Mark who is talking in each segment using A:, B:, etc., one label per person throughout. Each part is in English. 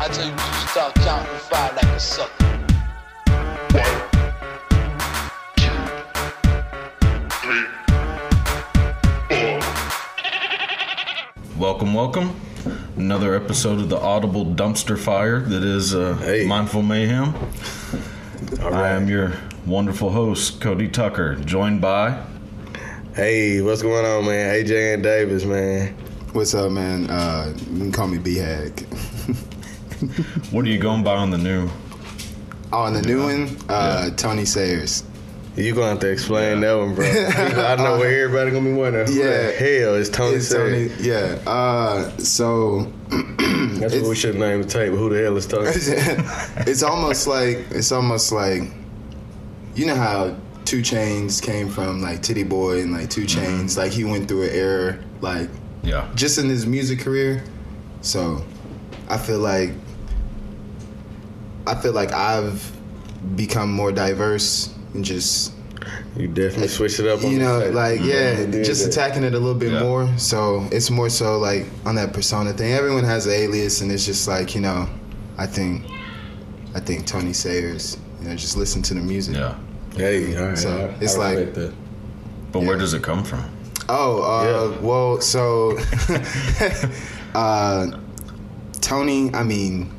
A: I tell you to stop counting five like a sucker. One, two, three, four.
B: Welcome, welcome. Another episode of the Audible Dumpster Fire that is uh,
C: Hey.
B: Mindful Mayhem. I am your wonderful host, Cody Tucker, joined by
C: Hey, what's going on, man? AJ and Davis, man.
D: What's up, man? Uh, you can call me B Hag.
B: what are you going by on the new?
D: Oh, and the new one, uh, Tony Sayers.
C: You gonna have to explain that one, bro. I know what everybody gonna be wondering. Who
D: Yeah.
C: the hell is Tony
D: It's Tony.
C: Sayers?
D: Yeah. Uh, so
C: That's what we
D: it's-
C: should name the tape. Who the hell is Tony?
D: it's almost like it's almost like you know how Two Chains came from like Titty Boy and like Two
C: Mm-hmm.
D: Chains. Like he went through an era like
B: Yeah.
D: just in his music career. So I feel like I feel like I've become more diverse and just
C: you definitely switch it up. On
D: you know,
C: the tape.
D: like yeah,
C: did
D: just
C: that.
D: attacking it a little bit
B: Yeah.
D: more. So it's more so like on that persona thing. Everyone has an alias, and it's just like you know, I think, I think Tony Sayers. You know, just listen to the music.
B: Yeah.
C: Hey, all right.
D: So,
C: I-
D: it's
C: I
D: like-
C: respect that.
B: But where does it come from?
D: Oh, uh,
C: Yeah.
D: well, so uh, Tony. I mean,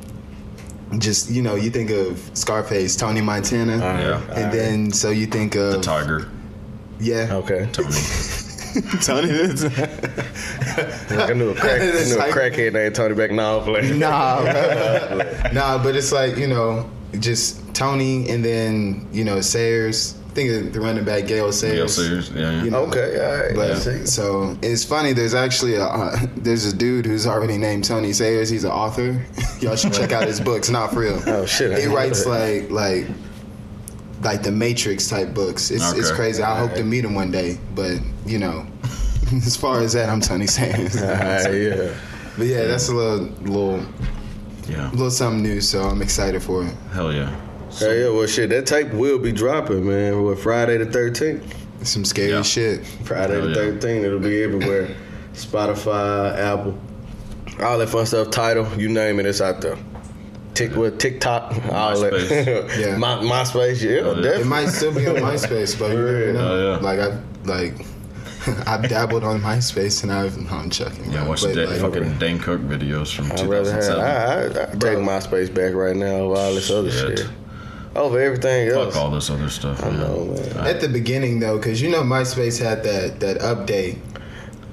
D: just you know, you think of Scarface, Tony Montana,
B: Yeah.
D: and then so you think of
B: The Tiger,
D: yeah,
C: okay.
B: Tony.
D: Tony. is-
C: Like I knew a crack, I
D: It's
C: knew a
D: like-
C: crackhead named Tony back. Nah, I'm playing.
D: nah, bro. nah, but it's like you know, just Tony, and then you know Sayers. Think of the running back Gail
B: Yeah,
D: Sayers.
B: serious. Yeah,
D: You
B: yeah.
D: know,
C: Okay, all right.
D: But,
C: I see.
D: So it's funny. There's actually a uh, there's a dude who's already named Tony Sayers. He's an author. Y'all should check out his books. Not for real.
C: Oh, shit, I
D: He
C: didn't know
D: writes
C: that.
D: like like like the Matrix type books. It's it's
B: Okay.
D: crazy. I hope to meet him one day. But you know, as far as that, I'm Tony Sayers.
C: All right, yeah.
D: But yeah, that's a little little
B: Yeah.
D: little something new, so I'm excited for it.
B: Hell yeah.
C: Hell yeah, well, shit, that tape will be dropping, man. What, Friday the 13th?
D: Some scary
B: Yeah.
D: shit.
C: Friday the
B: Hell yeah.
C: 13th. It'll be everywhere. Spotify, Apple, all that fun stuff. Title, you name it, it's out there. Tick, what, TikTok, all that.
B: MySpace. Oh,
D: Yeah.
C: My, MySpace, yeah,
B: yeah.
D: It
C: definitely.
D: might still be on MySpace, but you never know.
B: Oh, yeah.
D: like I've like I've dabbled on MySpace and I've no, I'm checking.
B: Yeah,
D: bro,
B: watch
D: but,
B: the
D: like,
B: fucking Dan Cook videos from
C: I'd rather have.
B: 2007.
C: I, I, I take MySpace back right now over all this other
B: Shit.
C: shit. Over everything else.
B: Fuck all this other stuff.
C: I know, man.
D: at the beginning though, because you know MySpace had that that update.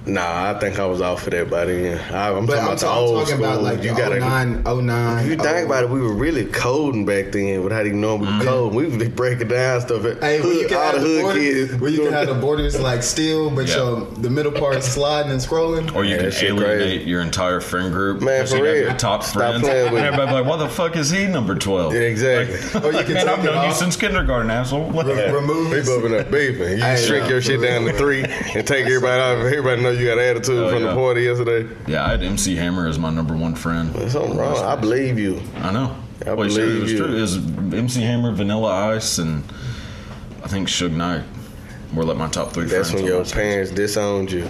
C: Nah, I think I was off for that by then. I, I'm
D: But
C: talking
D: I'm,
C: about the
D: ta- I'm
C: old
D: talking
C: school.
D: about like
C: you
D: the
C: gotta.
D: 09, 09.
C: If you think about it, we were really coding back then without even knowing we were coding. We were breaking down stuff. At
D: Mm-hmm. Hey, where you
C: hood,
D: can
C: all
D: have
C: the
D: the
C: hood kids.
D: borders, where you can have the borders like steel, but
B: Yeah.
D: your the middle part is sliding and scrolling.
B: Or you
C: Yeah,
B: can
C: that shit
B: alienate
C: crazy.
B: your entire friend group.
C: Man,
B: because
C: for
B: you'd have
C: real.
B: Your top
C: Stop
B: friends.
C: playing with
B: and
C: me.
B: everybody like, why the fuck is he number 12?
C: Yeah, exactly.
D: Or you can
B: Man,
D: take
B: I've
D: it
B: known you
D: off,
B: since kindergarten, asshole.
D: re- remove
C: They
D: it.
C: bumping up beefing. You
D: Hey,
C: shrink
D: yeah,
C: your
D: for
C: shit
D: real.
C: down to three and take everybody out. Everybody know you got attitude
B: Oh,
C: from
B: yeah.
C: the party yesterday.
B: Yeah, I had MC Hammer as my number one friend.
C: There's something wrong. I believe you.
B: I know.
C: I
B: Wait, sure, it
C: believe
B: was
C: you.
B: true. It was MC Hammer, Vanilla Ice, and I think Suge Knight were like my top three
C: That's
B: friends.
C: when
B: on
C: your
B: MySpace.
C: parents disowned you.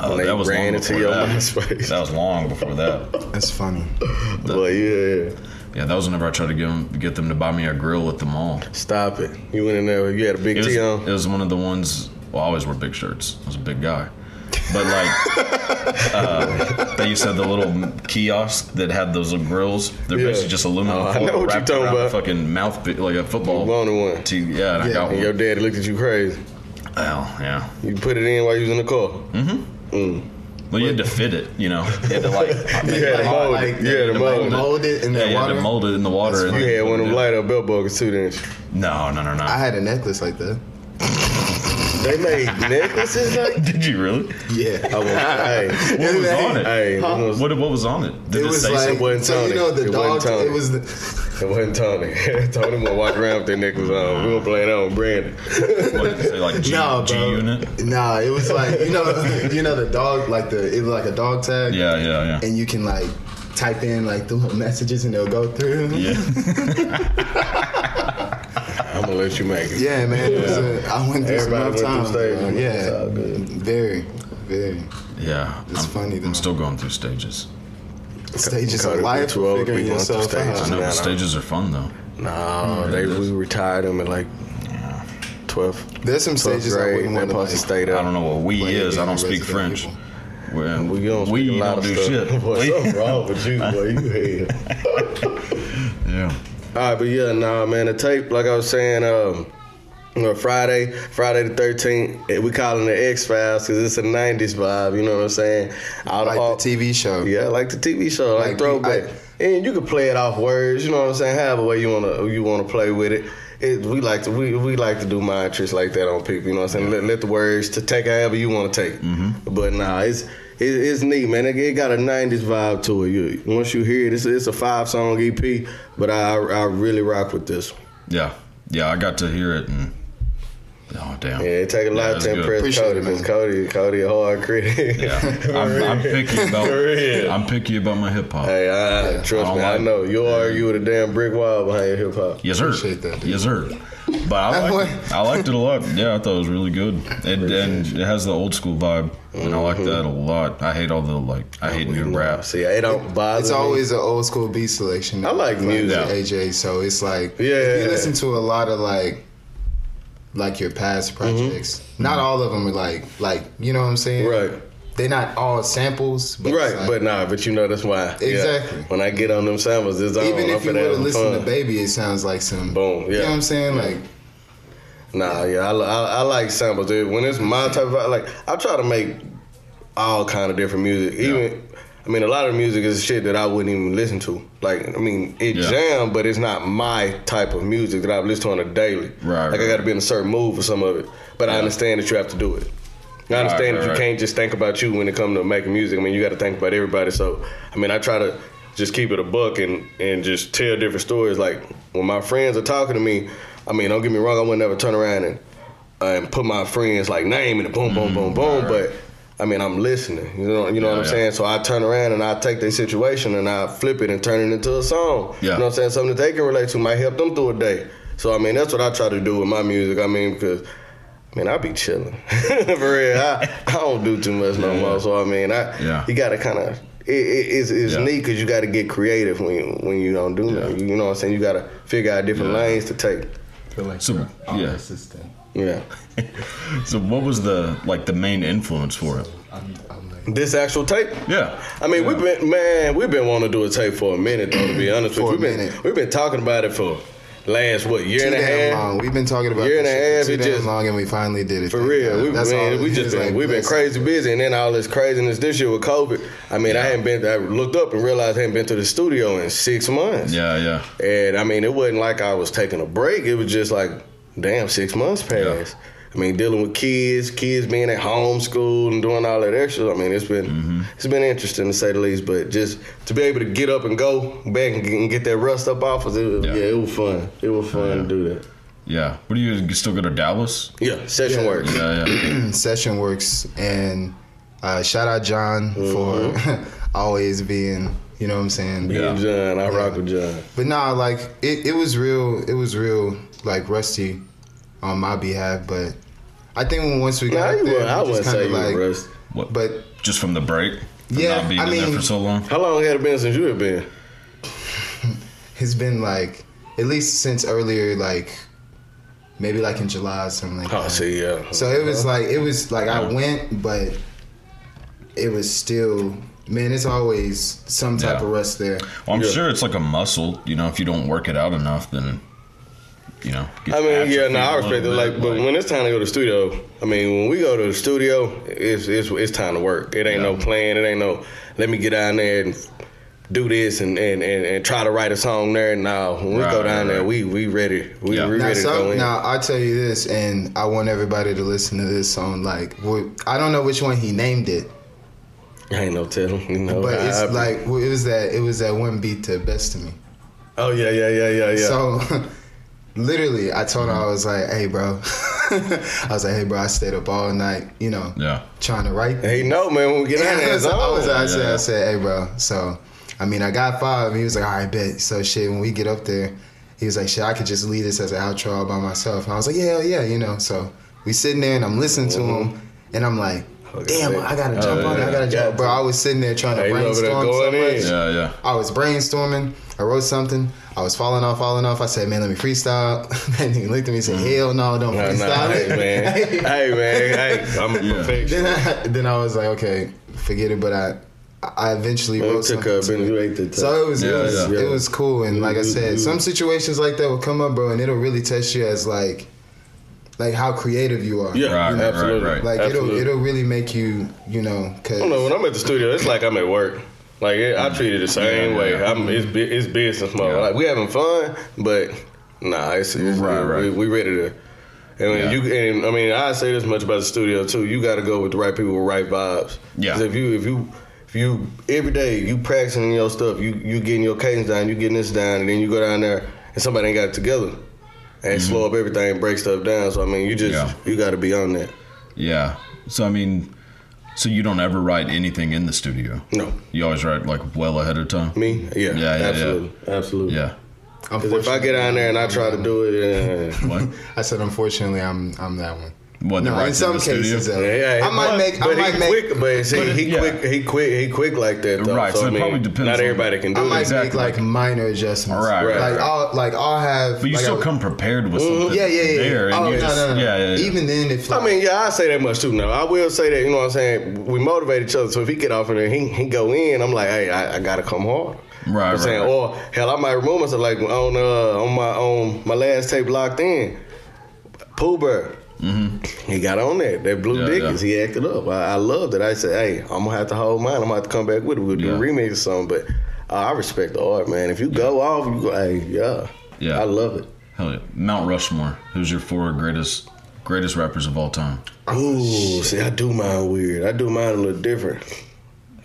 B: Oh,
C: when they
B: that was
C: ran
B: long
C: into
B: before
C: your
B: that.
C: MySpace.
B: That was long before that.
D: That's funny.
C: But yeah,
B: Yeah, that was whenever I tried to get them, get them to buy me a grill at the mall.
C: stop it. You went in there. You had a big
B: It was,
C: T on.
B: it was one of the ones. Well, I always wear big shirts. I was a big guy, but like uh, they used to have the little kiosk that had those little grills. They're
C: Yeah.
B: basically just aluminum
C: Oh, I
B: foil
C: know what you're
B: wrapped
C: talking
B: around
C: about.
B: a fucking mouth like a football.
C: You wanted one.
B: tee- yeah, and I
D: Yeah.
B: got
C: And
B: one.
C: your daddy looked at you crazy.
B: Oh, yeah.
C: You put it in while you was in the car.
B: Well, you had to fit it. You know, you had to like
C: You had a mold.
D: like,
C: you had a mold.
D: Mold it in
B: yeah,
D: that
B: you had to
D: water.
B: mold it in the water. and
D: Mm-hmm.
C: You
B: then
C: had one of
B: put
C: them
B: it
C: light up belt buckets too, didn't you?
B: in. No, no, no, no.
D: I had a necklace like that.
C: They make necklaces like
B: Did you really?
D: Yeah.
C: I was, hey,
B: What was
D: Hey,
B: on it?
C: hey, when was-
B: What, what was on it? Did
D: It
B: it,
D: was
B: say
D: like
B: something?
C: wasn't
D: so
C: Tony.
D: you know the
C: It
D: dog.
C: wasn't Tony.
D: It was the
C: it wasn't Tony. Tony would walk around with their necklace on. We were playing that on Brandon.
B: What did it say like G,
D: no,
B: G
D: bro.
B: unit?
D: Nah, it was like you know you know the dog like the it was like a dog tag.
B: Yeah, yeah, yeah.
D: And you can like type in like the little messages and they'll go through.
B: Yeah.
C: I'm gonna let you make it.
D: Yeah, man. It was a, I went through some
C: Everybody
D: rough
C: went
D: times.
C: through stages.
D: bro.
C: man. It's all
D: Yeah,
C: good.
D: very, very
B: yeah.
D: It's
B: I'm,
D: funny, though.
B: I'm still going through stages.
D: stages
C: Carter,
D: of
C: we
D: life.
C: too old to
D: Figuring
C: be going through
D: yourself
C: stages.
D: out.
B: I know,
C: Yeah, I
B: but
C: know.
B: stages are fun though.
C: No, they we retired him at like 12.
D: There's some
C: 12th
D: stages I
C: grade.
D: wouldn't
C: They're
D: want to
C: supposed to
D: like.
C: stay there.
B: I don't know what we
D: Like,
B: is. I don't
D: the
B: speak
D: rest of the
B: French.
D: people.
B: Well,
C: We don't, speak
B: we
C: a lot
B: don't do
C: of stuff.
B: shit.
C: Boy,
B: We-
C: something wrong with you, boy. You here.
B: yeah.
C: All right, but yeah, nah, man. The tape, like I was saying, um, you know, Friday, Friday the thirteenth, we calling it X Files because it's a '90s vibe. You know what I'm saying? All
D: Like
C: all-
D: the TV show.
C: Yeah, like the TV show, like,
D: Like,
C: throwback.
D: I-
C: and you can play it off words. You know what I'm saying? However way you wanna you wanna play with it. It, we like to we, we like to do mind tricks like that on people. You know what I'm saying? Let, let the words to take however you want to take. it. But nah, it's it, it's neat, man. It, it got a '90s vibe to it. You, once you hear it, it's, it's a five song EP. But I I really rock with this. one.
B: Yeah. Yeah, I got to hear it and oh damn.
C: Yeah, it take a lot
B: that's
C: to
B: good.
C: impress
D: Appreciate
C: Cody
D: it, man.
C: because Cody Cody a hard critic.
B: Yeah. I'm, I'm picky about
C: For real.
B: I'm picky about my hip hop.
C: Hey, I,
B: I
C: trust
B: don't
C: me, I
B: like-
C: know you'll argue with a damn brick wall behind your hip hop.
B: Yes, sir.
D: Appreciate that, dude.
B: Yes, sir. But I
D: That
B: liked, it. I liked it a lot. Yeah, I thought it was really good, and, and it has the old school vibe, and I like
C: Mm-hmm.
B: that a lot. I hate all the like, I hate new rap.
C: See, it don't bother.
D: It's
C: me.
D: always an old school beat selection.
C: I like music.
D: AJ. So it's like
C: Yeah.
D: if you listen to a lot of like like your past
C: Mm-hmm.
D: projects. Not all of them are like like you know what I'm saying.
C: Right.
D: They're not all samples. But it's
C: Right,
D: like-
C: but nah, but you know that's why. Yeah.
D: Exactly.
C: When I get on them samples, it's on.
D: even
C: I'm
D: if you
C: finna have
D: would have
C: some
D: listened
C: fun.
D: to Baby, it sounds like some
C: Boom,
D: You know
C: yeah.
D: what I'm saying? Like
C: Nah, yeah, I, li- I, I like samples, dude. When it's my type of like, I try to make all kind of different music. Even, I mean, a lot of music is shit that I wouldn't even listen to. Like, I mean, it
B: Yeah.
C: jam, but it's not my type of music that I've listened to on a daily.
B: Right,
C: Like, I
B: right.
C: got to be in a certain mood for some of it. But I understand that you have to do it. I understand
B: right,
C: that you
B: right.
C: can't just think about you when it comes to making music. I mean, you got to think about everybody. So, I mean, I try to just keep it a buck and and just tell different stories. Like when my friends are talking to me, I mean, don't get me wrong, I would never turn around and uh, and put my friends like name in the boom, boom, boom, boom. But I mean, I'm listening. You know, you know
B: Yeah,
C: what I'm
B: Mm, yeah.
C: saying. So I turn around and I take their situation and I flip it and turn it into a song.
B: Yeah.
C: You know what I'm saying? Something that they can relate to might help them through a day. So I mean, that's what I try to do with my music. I mean, because. I mean, I be chilling for real. I, I don't do too much no
B: Yeah, yeah.
C: more. So I mean, I
B: Yeah.
C: you gotta kind of it, it, it's, it's
B: Yeah.
C: neat 'cause you gotta get creative when you, when you don't do nothing. You know what I'm saying? You gotta figure out different
B: Yeah.
C: lanes to take.
D: feel like
B: So yeah.
C: Yeah.
B: So what was the like the main influence for it?
C: This actual tape.
B: Yeah.
C: I mean, we've been man, we've been wanting to do a tape for a minute though. To be honest with
D: For
C: you,
D: a
C: we've been
D: minute.
C: we've been talking about it for last what year
D: Too
C: and a
D: damn
C: half.
D: long. We've been talking about
C: Year and
D: this
C: a
D: shit for
C: half,
D: Too
C: it
D: damn
C: just-
D: long, and we finally did it.
C: For
D: Thank
C: real,
D: God.
C: we
D: uh, That's all
C: man,
D: it
C: we
D: is.
C: just been,
D: Like,
C: we've been
D: listen.
C: crazy busy, and then all this craziness this year with COVID. I mean, I hadn't been, I looked up and realized I hadn't been to the studio in six months.
B: Yeah, yeah.
C: And I mean, it wasn't like I was taking a break. It was just like, damn, six months passed. I mean, dealing with kids, kids being at home school and doing all that extra. I mean, it's been
D: Mm-hmm.
C: it's been interesting to say the least. But just to be able to get up and go back and get, and get that rust up off us, it, was- yeah.
B: Yeah.
C: it was fun. It was fun to do that.
B: Yeah. What do you, you still go to Dallas?
C: Yeah, session
D: Yeah.
C: work.
B: Yeah, yeah.
D: Session Works and uh, shout out John
C: Mm-hmm.
D: for always being, you know what I'm saying?
C: Me and John, I rock
D: Yeah.
C: with John.
D: But nah, like it, it was real it was real like rusty on my behalf, but I think when- once we
C: Nah,
D: got
C: you
D: there,
C: were, I
D: we
C: wouldn't
D: just kinda
C: say you
D: like,
C: like, rust.
B: What?
D: but
B: just from the break. From
D: Yeah,
B: Not being
D: I
B: in there
D: mean-
B: for so long.
C: How long had it been since you had been?
D: it's been like at least since earlier, like maybe like in July or something like
C: Oh,
D: that.
C: see, yeah.
D: So it was like it was like I went, but it was still man. It's always some type
B: Yeah.
D: of rust there.
B: Well, I'm
C: Yeah.
B: sure it's like a muscle. You know, if you don't work it out enough, then you know. get
C: I
B: your
C: mean, yeah,
B: atrophy
C: no,
B: a
C: I
B: little
C: respect it.
B: bit,
C: Like, but when it's time to go to the studio, I mean, when we go to the studio, it's it's it's time to work. It ain't no
B: Yeah.
C: plan. It ain't no. Let me get down there and do this and, and, and, and try to write a song there. Now when we
B: Right,
C: go down
B: right,
C: there,
B: right.
C: we we ready. We,
B: Yeah. Now,
C: we
D: Now,
C: ready to go
D: some,
C: in.
D: now I tell you this, and I want everybody to listen to this song. Like, what, I don't know which one he named it,
C: I ain't no telling. You know,
D: but
C: I-
D: it's
C: I-
D: like it was that it was that one beat to best to me.
C: oh yeah, yeah, yeah, yeah, yeah.
D: So, literally, I told her I was like, "Hey, bro," I was like, "Hey, bro," I stayed up all night, you know,
B: Yeah.
D: trying to write.
C: hey, no man, when we get
D: Yeah,
C: out there, it's
D: so I was-
C: on.
D: I said,
B: Yeah.
D: I said, hey, bro. So, I mean, I got five. He was like, all right, bet. So, shit, when we get up there, he was like, shit, I could just leave this as an outro all by myself. And I was like, yeah, yeah, you know. So, we sitting there and I'm listening to him and I'm like, damn,
C: man.
D: I gotta jump on it. I gotta
C: Oh, yeah.
D: jump. Bro, I was sitting there trying to
C: Hey, you over there
D: brainstorm. so
C: going
D: much.
C: in.
B: Yeah, yeah.
D: I was brainstorming. I wrote something. I was falling off, falling off. I said, man, let me freestyle. and he looked at me and said, hell no, don't
C: Mm. Nah,
D: freestyle.
C: nah, hey man,
D: it.
C: hey man, hey, I'm a
B: Yeah.
C: perfectionist.
D: then I, then I was like, okay, forget it. But I I eventually
C: Man,
D: wrote
C: it took
D: something
C: a
D: to
C: minute,
D: it.
C: you ate the time.
D: So it was, it,
B: Yeah,
D: was
B: yeah.
D: it was cool. And like I
C: Mm-hmm.
D: said, some situations like that will come up, bro, and it'll really test you as like like how creative you are.
C: Yeah,
B: Right, right,
C: absolutely.
B: right, right.
D: Like
C: Absolutely.
D: it'll it'll really make you you know
C: I don't know.
D: because
C: When I'm at the studio, it's like I'm at work. Like it, I treat it the same
B: Mm. Yeah,
C: way.
B: yeah.
C: I'm, it's bu- it's business mode.
B: Yeah.
C: Like we having fun, but nah, it's, it's
B: Right,
C: we,
B: right.
C: We, ready to. And
B: Yeah.
C: you and I mean I say this much about the studio too. You got to go with the right people with right vibes.
B: Yeah.
C: 'Cause if you if you if you every day you practicing your stuff, you you getting your cadence down, you getting this down, and then you go down there and somebody ain't got it together and slow up everything, break stuff down. So I mean you just
B: Mm-hmm. Yeah.
C: you got to be on that.
B: Yeah. So I mean, so you don't ever write anything in the studio.
C: No,
B: You always write like well ahead of time.
C: me yeah
B: yeah, yeah.
C: absolutely absolutely
B: Yeah.
C: Because if I get down there and I try to do it, uh,
B: What?
D: I said unfortunately I'm I'm that one.
B: What? the
D: No, in
B: writes
D: some
B: the studio?
D: cases though,
C: yeah, yeah,
D: I might
C: but-
D: make I
C: but
D: might
C: he
D: make
C: quick, but see,
B: But it-
C: he
B: yeah.
C: quick, he quick, he quick like that. Though.
B: Right, so
C: I
B: it
C: mean,
B: probably depends
C: Not
B: on-
C: everybody can do
D: I might
C: it.
B: Exactly.
D: make like minor adjustments.
B: Right,
C: right,
D: Like
C: right.
D: I'll like I'll have
B: But you
D: like
B: still
D: I-
B: come prepared with
C: Mm-hmm.
B: something.
D: Yeah, yeah, yeah.
B: There, and
D: oh,
B: you
D: no,
B: just,
D: no, no.
B: Yeah, yeah, yeah.
D: Even then, if
C: I mean, yeah, I say that much too. Now I will say that you know what I'm saying. We motivate each other. So if he get off in there, he he go in. I'm like, hey, I, I gotta come hard.
B: Right,
C: I'm
B: right,
C: saying, "Oh,
B: right.
C: or hell, I might remove myself like on uh on my on my last tape locked in. Pooh Bear, he got on that that blue
B: Mm-hmm. Yeah,
C: Dickens.
B: yeah.
C: He acted up. I, I loved it. I said, hey, I'm gonna have to hold mine. I'm gonna have to come back with it. We'll do a
B: Yeah.
C: remix or something. But uh, I respect the art, man. If you go off, you go, hey, yeah,
B: Yeah.
C: I love it.
B: Hell yeah. Mount Rushmore. Who's your four greatest greatest rappers of all time?
C: Ooh, see, I do mine weird. I do mine a little different.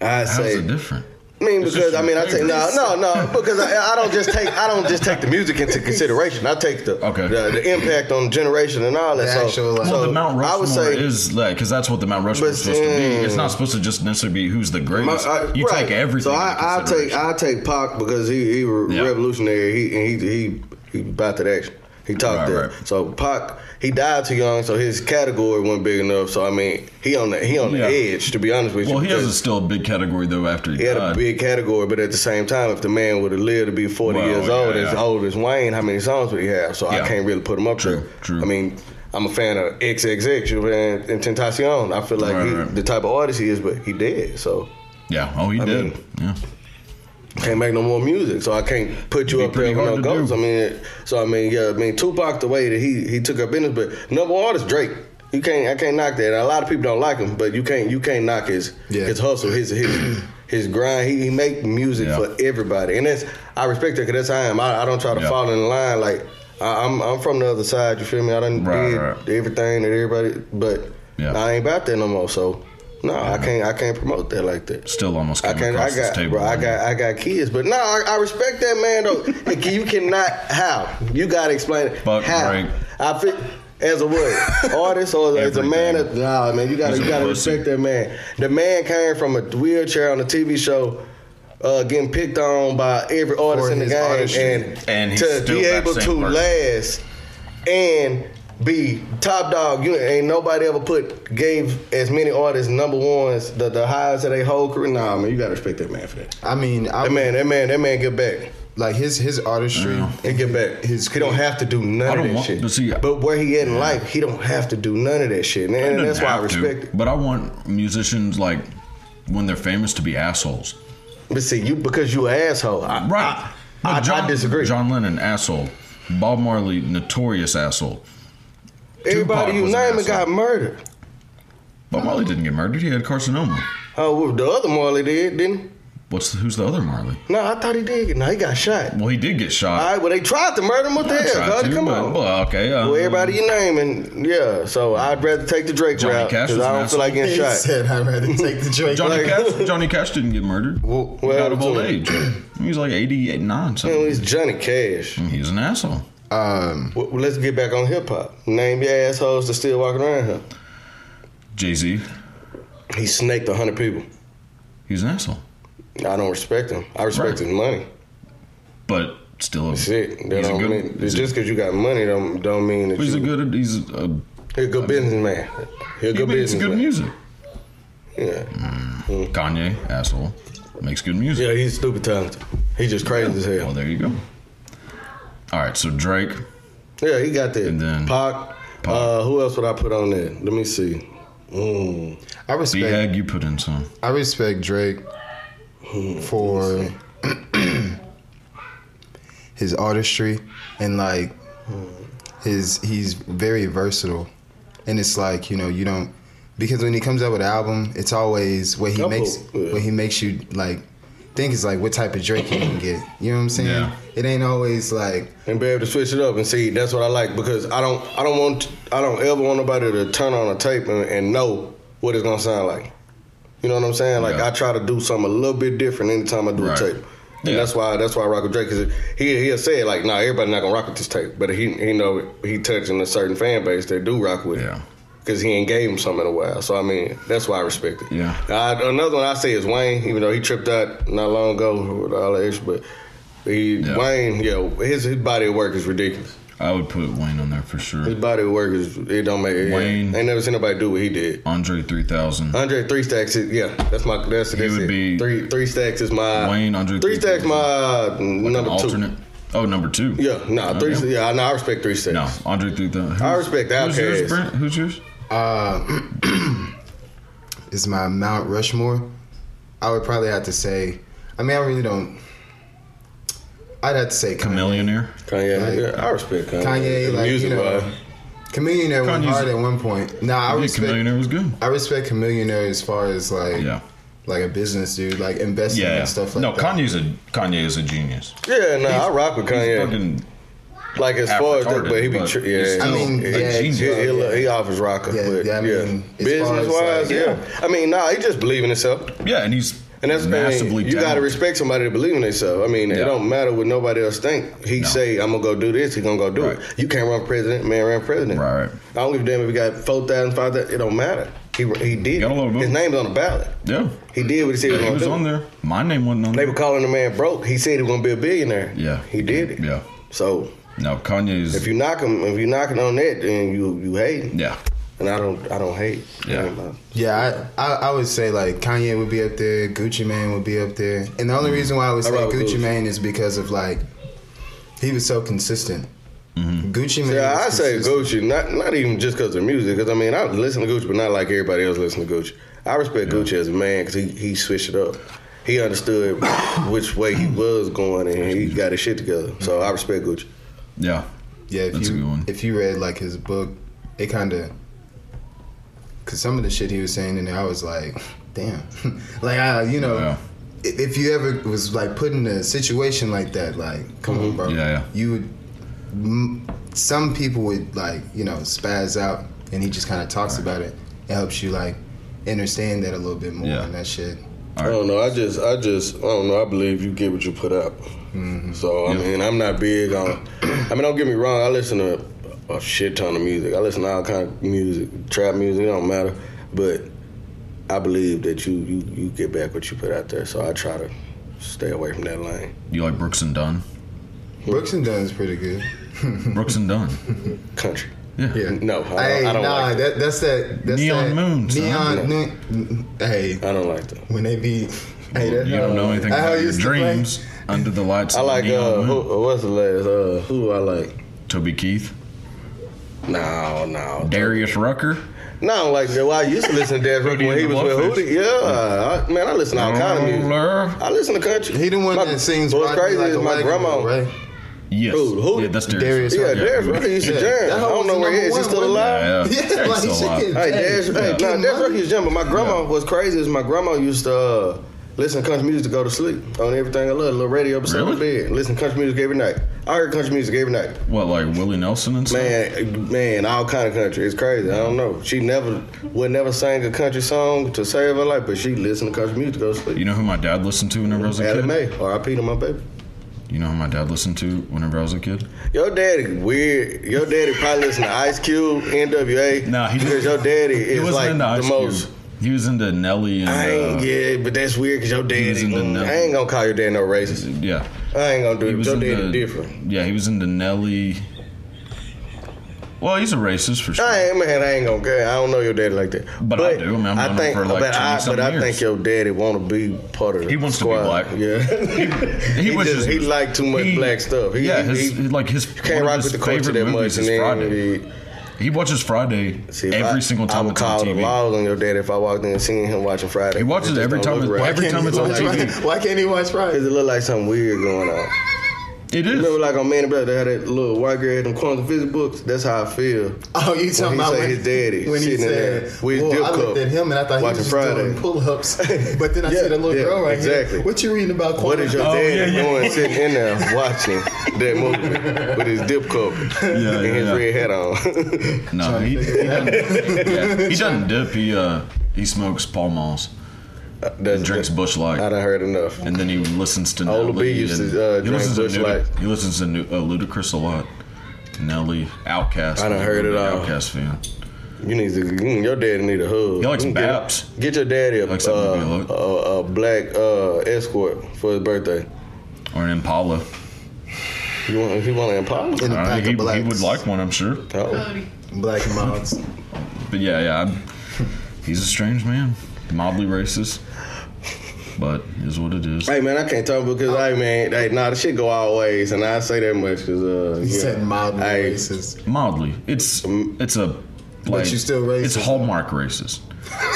C: I
B: How's
C: say,
B: it different?
C: I mean,
B: It's
C: because
B: just
C: I mean, I take no,
B: favorites.
C: no, no, because I, I don't just take I don't just take the music into consideration. I take the
B: Okay.
C: the, the impact on the generation and all that.
D: The
C: so,
D: actual, uh, like-
B: Well,
C: so
B: the Mount Rushmore
C: I would say
B: is like because that's what the Mount Rushmore
C: But,
B: is supposed to be.
C: mm.
B: It's not supposed to just necessarily be who's the
C: my-
B: greatest.
C: I-
B: you
C: right.
B: take everything.
C: So I,
B: into
C: I take
B: consideration.
C: I take Pac because he he re-
B: Yeah.
C: revolutionary. He and he he he about that action. He
B: Right,
C: talked that.
B: right.
C: So Pac he died too young, so his category wasn't big enough. So I mean, he on the he on
B: Yeah.
C: the edge to be honest with
B: Well,
C: you.
B: he has
C: because-
B: a still a big category though. After he,
C: He had a
B: died.
C: big category, but at the same time, if the man would have lived to be 40
B: Well,
C: years
B: yeah,
C: old, as
B: yeah.
C: old as Wayne, how many songs would he have? So I
B: Yeah.
C: can't really put him up
B: True,
C: there.
B: true.
C: I mean, I'm a fan of XXX you know, and, and Tentacion. I feel like
B: Right,
C: he,
B: right.
C: the type of artist he is, but he dead. So
B: Yeah. Oh, he did.
C: mean,
B: yeah.
C: can't make no more music. So I can't put you
B: Be
C: up there
B: pretty
C: with no
B: hard to
C: goals.
B: do.
C: I mean, it- so I mean, yeah, I mean, Tupac the way that he he took up business, but number one artist Drake. You can't, I can't knock that. A lot of people don't like him, but you can't, you can't knock his
D: Yeah.
C: his hustle, his his his grind. He, he make music
B: Yeah.
C: for everybody, and that's I respect that because that's how I am. I, I don't try to
B: Yeah.
C: fall in line. Like I, I'm I'm from the other side. You feel me? I done
B: Right,
C: did
B: right.
C: everything that everybody, but
B: Yeah.
C: I ain't about that no more. So no, I can't, I can't promote that like that.
B: Still almost
C: I
B: came
C: can't. I
B: across this
C: got,
B: table.
C: bro. I got. I got kids, but no, I, I respect that man though. Like, you cannot how you got to explain it.
B: Fuck
C: how
B: Drake.
C: I fit as a what artist or as a man.
B: Everything.
C: Nah, man, you got to
B: He's
C: you
B: a
C: got to
B: pussy.
C: respect that man. The man came from a wheelchair on a TV show. Uh, getting picked on by every artist
D: For
C: in the
D: his
C: game,
D: artistry.
C: and,
B: And he's
C: to
B: still
C: be
B: that
C: able
B: same
C: to
B: person.
C: last and be top dog. You ain't nobody ever put gave as many artists number ones the, the highest of their whole career. Nah, man, you gotta respect that man for that.
D: I mean, I
C: That man, that man, that man, get back.
D: like his his artistry.
B: Mm.
C: He get back.
D: His-
C: he don't have to do none
B: I
C: of
B: don't
C: that
B: want-
C: shit.
B: but see-
C: but where he at in life, he don't have to do none of that shit, man. And that's why I respect it.
B: But I want musicians like when they're famous to be assholes.
C: But see, you because you an asshole. I,
B: Right.
C: I-
B: No,
C: I- I disagree.
B: John Lennon, asshole. Bob Marley, notorious asshole.
C: everybody you
B: was an
C: name it
B: asshole.
C: got murdered. Uh-huh.
B: Bob Marley didn't get murdered. He had carcinoma.
C: Oh, well, the other Marley did, didn't? he?
B: What's the, who's the other Marley?
C: No, I thought he did. get- No, he got shot.
B: Well, he did get shot.
C: All right, well they tried to murder him with the
B: I tried
C: hell.
B: to,
C: Come
B: but-
C: on.
B: Well, okay. Um,
C: Well, everybody you name, and yeah. So I'd rather take the Drake
B: Johnny
C: route
B: Cash
C: because
B: was
C: I
B: an
C: don't feel like
D: He
C: getting shot.
D: said, "I'd rather take the Drake."
B: Johnny
C: like-
B: Cash. Johnny Cash didn't get murdered.
D: Well,
B: He died of
C: well,
B: old
C: to-
B: age. He was like 89
C: Man,
B: something.
C: he's Johnny Cash.
B: He was an asshole.
D: um,
C: Well, let's get back on hip hop. Name your assholes that's still walking around here.
B: Jay Z.
C: He snaked hundred people.
B: He's an asshole.
C: I don't respect him. I
B: Right.
C: respect his money.
B: But still, a,
C: Shit, that
B: he's a
C: don't
B: good.
C: mean
B: he's,
C: just
B: a,
C: because you got money don't don't mean that
B: he's a
C: you,
B: good. He's a.
C: he's a good businessman. He's a
B: he
C: good
B: makes
C: businessman.
B: good music. Hmm.
C: Yeah,
B: Kanye, asshole, makes good music.
C: yeah, he's stupid talented. He just crazy as
B: Well,
C: hell.
B: there you go. All right, so Drake.
C: Yeah, he got that.
B: And then-
C: Pac.
B: Pac.
C: Uh, who else would I put on there? Let me see. Mm.
D: I respect.
B: B-Hag, you put in some.
D: I respect Drake for his artistry and like his he's very versatile. And it's like, you know, you don't because when he comes out with an album, it's always what he
C: Couple,
D: makes
C: yeah.
D: what he makes you like think is like what type of Drake you can get. You know what I'm saying?
B: Yeah.
D: It ain't always like
C: and be able to switch it up and see that's what I like because I don't I don't want I don't ever want nobody to turn on a tape and, and know what it's gonna sound like. You know what I'm saying? Like
B: Yeah.
C: I try to do something a little bit different anytime I do
B: Right.
C: a tape. And
B: Yeah.
C: that's why that's why I rock with Drake because he he'll say it like, nah, everybody not gonna rock with this tape, but he he know he touching a certain fan base that do rock with
B: Yeah.
C: it because he ain't gave him something in a while. So I mean, that's why I respect it.
B: Yeah.
C: I, another one I say is Wayne, even though he tripped out not long ago with all the issue, but he
B: Yeah.
C: Wayne, yeah, his his body of work is ridiculous.
B: I would put Wayne on there for
C: His
B: sure.
C: body of work is it don't make it,
B: Wayne.
C: Ain't never seen nobody do what he did.
B: Andre 3000.
C: Andre Three Stacks, is, yeah, that's my that's, that's
B: would
C: it.
B: be-
C: three Three Stacks is my
B: Wayne, Andre
C: Three Stacks
B: 3000.
C: my uh,
B: An
C: number
B: alternate.
C: two.
B: Oh, number two.
C: Yeah, nah, three.
B: Okay.
C: Yeah, I know I respect Three Stacks.
B: No, Andre 3000.
C: I respect
B: Who's yours,
C: Outkast.
B: Brent? Who's yours?
D: uh is my Mount Rushmore. I would probably have to say I mean I really don't I'd have to say Kanye.
B: Chameleonaire.
C: Kanye, yeah, I respect Kanye.
D: Kanye, like
C: music
D: you know,
C: wise.
D: Chameleon Air went
B: Kanye's-
D: hard at one point. Nah, I
B: Yeah,
D: respect
B: Chameleonaire was good.
D: I respect Chameleon Air as far as like
B: Yeah.
D: like a business dude, like investing
B: Yeah.
D: and stuff like
B: no,
D: that.
B: Kanye's a Kanye is a genius.
C: Yeah, no, nah, I rock with
B: He's
C: Kanye.
B: fucking
C: Like as far as that,
B: retarded,
C: but he be
B: but
C: tr-
B: he's
C: yeah.
D: I mean,
B: a
D: yeah,
B: genius.
C: He, he,
D: Yeah.
C: he offers rocker,
D: Yeah,
C: but
D: yeah,
C: yeah,
D: I mean, as far as,
C: business wise,
D: like,
C: yeah. I mean, nah, he just believe in himself,
B: Yeah, and he's
C: and that's
B: massively.
C: massively. you gotta
B: talented.
C: respect somebody that believe in themselves. I mean,
B: Yeah.
C: it don't matter what nobody else think. He
B: No.
C: say, "I'm gonna go do this," he gonna go do
B: Right.
C: it. You can't run for president, man, ran for president.
B: Right, right.
C: I don't give a damn if he got four thousand, five thousand. It don't matter. He he did.
B: Got a little
C: it.
B: bit.
C: His name's on the ballot.
B: Yeah.
C: He did what he said he was
B: He
C: gonna
B: was
C: do.
B: on there. My name wasn't on
C: They
B: there.
C: were calling the man broke. He said he was gonna be a billionaire.
B: Yeah.
C: he did it.
B: Yeah.
C: So
B: No, Kanye's.
C: if you knock him, if you knocking on that, then you you hating.
B: yeah.
C: And I don't, I don't hate.
B: Yeah.
C: I don't know.
D: Yeah, I, I I would say like Kanye would be up there, Gucci Mane would be up there, and the only
B: Mm-hmm.
D: reason why I would say
C: rock with
D: Gucci
C: Gucci.
D: Mane is because of like he was so consistent.
B: Mm-hmm.
D: Gucci Mane.
C: Yeah,
D: was
C: I say
D: consistent.
C: Gucci, not not even just because of music. Because I mean, I listen to Gucci, but not like everybody else listen to Gucci. I respect Gucci as a man because he he switched it up. He understood which way he was going, and he got his shit together. So I respect Gucci.
B: Yeah.
D: Yeah, if
B: That's a good
D: you
B: one.
D: if you read like his book, it kind of because some of the shit he was saying in there, I was like, damn, like I, you know,
B: Yeah.
D: i- if you ever was like put in a situation like that, like come
C: Mm-hmm.
D: on, bro,
B: Yeah, yeah.
D: you would. M- some people would like you know spaz out, and he just kind of talks about it. It helps you like understand that a little bit more
B: Yeah.
D: and that shit.
B: All
C: I
B: right.
C: don't know. I just, I just, I don't know. I believe you get what you put out.
D: Mm-hmm.
C: So I
B: Yeah.
C: mean, I'm not big on. I mean, don't get me wrong. I listen to a shit ton of music. I listen to all kind of music, trap music. It don't matter. But I believe that you, you, you get back what you put out there. So I try to stay away from that lane.
B: You like Brooks and Dunn?
C: Hmm.
D: Brooks and Dunn's pretty good.
B: Brooks and Dunn.
C: Country.
B: Yeah.
D: Yeah.
C: No, I don't,
D: Hey,
C: I don't
D: nah,
C: like. That.
D: that, that's that. That's
B: Neon
D: that,
B: Moon, son.
D: Neon moon. Hey,
C: I don't like that.
D: when they be. Hey,
B: You
D: that,
B: don't know anything
D: that how
B: about
D: I
B: your
D: used to play.
B: dreams under the lights.
C: I
B: of the
C: like
B: neon
C: uh,
B: moon.
C: who, what's the last uh, who do I like?
B: Toby Keith,
C: No, no,
B: Darius Rucker.
C: No, I don't like that. Well, I used to listen to that when
B: Hootie and
C: he
B: the
C: was with
B: Blowfish.
C: Hootie. Yeah, I, man, I listen to all kind of music. I listen to country.
D: He the one
C: My-
D: that sings.
C: What's
D: Rock Me
C: crazy
D: Like
C: is
D: a
C: my
D: White
C: grandma.
D: Girl, right?
B: Yes.
C: Who- who?
B: Yeah, that's Darius.
D: Darius
C: Yeah,
D: Rucker.
C: Dash Rucker used to
D: Yeah.
C: jam. I
D: That hoe
C: don't
D: was
C: know
D: the
C: where he is.
D: number
C: He
D: one,
C: still
D: wasn't
C: alive?
B: Yeah,
D: Yeah,
B: yeah.
D: like
B: He's still
D: she
B: alive.
D: can-
C: Hey, Dash,
B: Yeah.
C: hey, nah, Dash
D: Money.
C: Rucker used to jam, but my grandma
D: Yeah.
C: was crazy. Is my grandma used to uh, Listen to country music to go to sleep on everything I love. A little radio beside my
B: Really?
C: bed. Listen to country music every night. I heard country music every night.
B: What, like Willie Nelson and stuff?
C: Man, man, all kind of country. It's crazy. I don't know. She never would never sing a country song to save her life, but she listened to country music to go to sleep.
B: You know who my dad listened to whenever I was a
C: Allie
B: kid?
C: Mae, R.I.P. to my baby.
B: You know who my dad listened to whenever I was a kid?
C: Your daddy weird. Your daddy probably listen to Ice Cube, N.W.A.
B: No, he just,
C: because your daddy
B: he
C: is
B: wasn't
C: like
B: into Ice
C: the
B: Cube.
C: most.
B: He was into Nelly and
C: I ain't
B: uh,
C: yeah, but that's weird because your
B: was
C: daddy.
B: into
C: mm,
B: nothing.
C: I ain't gonna call your dad no racist.
B: yeah.
C: I ain't gonna do
B: He
C: it.
B: was
C: Your
B: into
C: daddy different.
B: Yeah, he was into Nelly. Well, he's a racist for sure.
C: I ain't man. I ain't gonna care. I don't know your daddy like that.
B: But I do. I mean, I've known him
C: think,
B: for, like,
C: but I,
B: 20-something
C: but I
B: years.
C: think your daddy want to be part of. The
B: He wants to be
C: squad.
B: black.
C: Yeah, he,
B: was
C: just,
B: just-
C: he liked too much
B: he-
C: black stuff. He,
B: yeah,
C: he,
B: his,
C: he,
B: like his
C: you can't
B: one of
C: rock
B: his
C: with the culture
B: favorite
C: that much.
B: movies
C: And
B: is
C: then
B: Friday.
C: he-
B: He watches Friday
C: See, if
B: every
C: I-
B: single time
C: I would
B: it's on
C: call the
B: TV.
C: laws on your daddy if I walked in seeing him watching Friday.
B: He watches
C: just
B: every
C: don't
B: time
C: look
B: it-
C: right.
B: every time it's on
D: Why can't-
B: TV.
D: Why can't he watch Friday?
C: Cause it look like something weird going on.
B: It is.
C: Remember, like on Man in Black, they had that little white girl had them corners physics books. That's how I feel.
D: Oh, you talking
C: he
D: about
C: say
D: when,
C: his daddy
D: when he
C: sitting in
D: said,
C: there with his
D: well,
C: dip
D: I looked
C: cup
D: at him and I thought he
C: watching
D: was
C: Friday."
D: doing pull-ups, but then I
C: Yeah,
D: see the little
C: yeah,
D: girl right
C: exactly.
D: here. What you reading about?
C: What is your
B: Oh,
C: daddy
B: yeah, yeah.
C: doing sitting in there watching that movie with his dip cup
B: yeah,
C: and his
B: yeah.
C: red hat on?
B: no, he, yeah, he doesn't dip. He uh, he smokes Pall Malls,
C: That's
B: drinks Bush Light.
C: I done heard enough.
B: and then he listens to
C: Ola B
B: Nelly.
C: used
B: and-
C: to, uh,
B: he, listens
C: drink
B: to
C: Busch
B: Nudi-
C: Light.
B: he listens to Nu- uh, Ludacris a lot. Nelly, Outcast.
C: I done heard it all.
B: Outcast fan.
C: You need to. mm, Your daddy need a hug.
B: He likes
C: You can get-
B: Baps.
C: Get, your daddy a,
B: likes
C: uh,
B: that movie a lot.
C: a, a black uh, escort for his birthday.
B: Or an Impala.
C: You want? He want an Impala?
D: in a
B: I
D: pack
B: don't know,
D: of
B: he,
D: blacks.
B: he would like one, I'm sure.
C: Oh.
D: black mouths.
B: But yeah, yeah. I'm, he's a strange man. Mildly racist. But is what it is.
C: Hey man, I can't talk
D: Oh.
C: because hey man, hey nah, the shit go all ways, and I say that much because uh,
D: He
C: yeah.
D: said mildly
C: Hey,
D: racist.
B: Mildly. It's
C: Mm.
B: it's a like,
D: you still racist,
B: It's hallmark racist.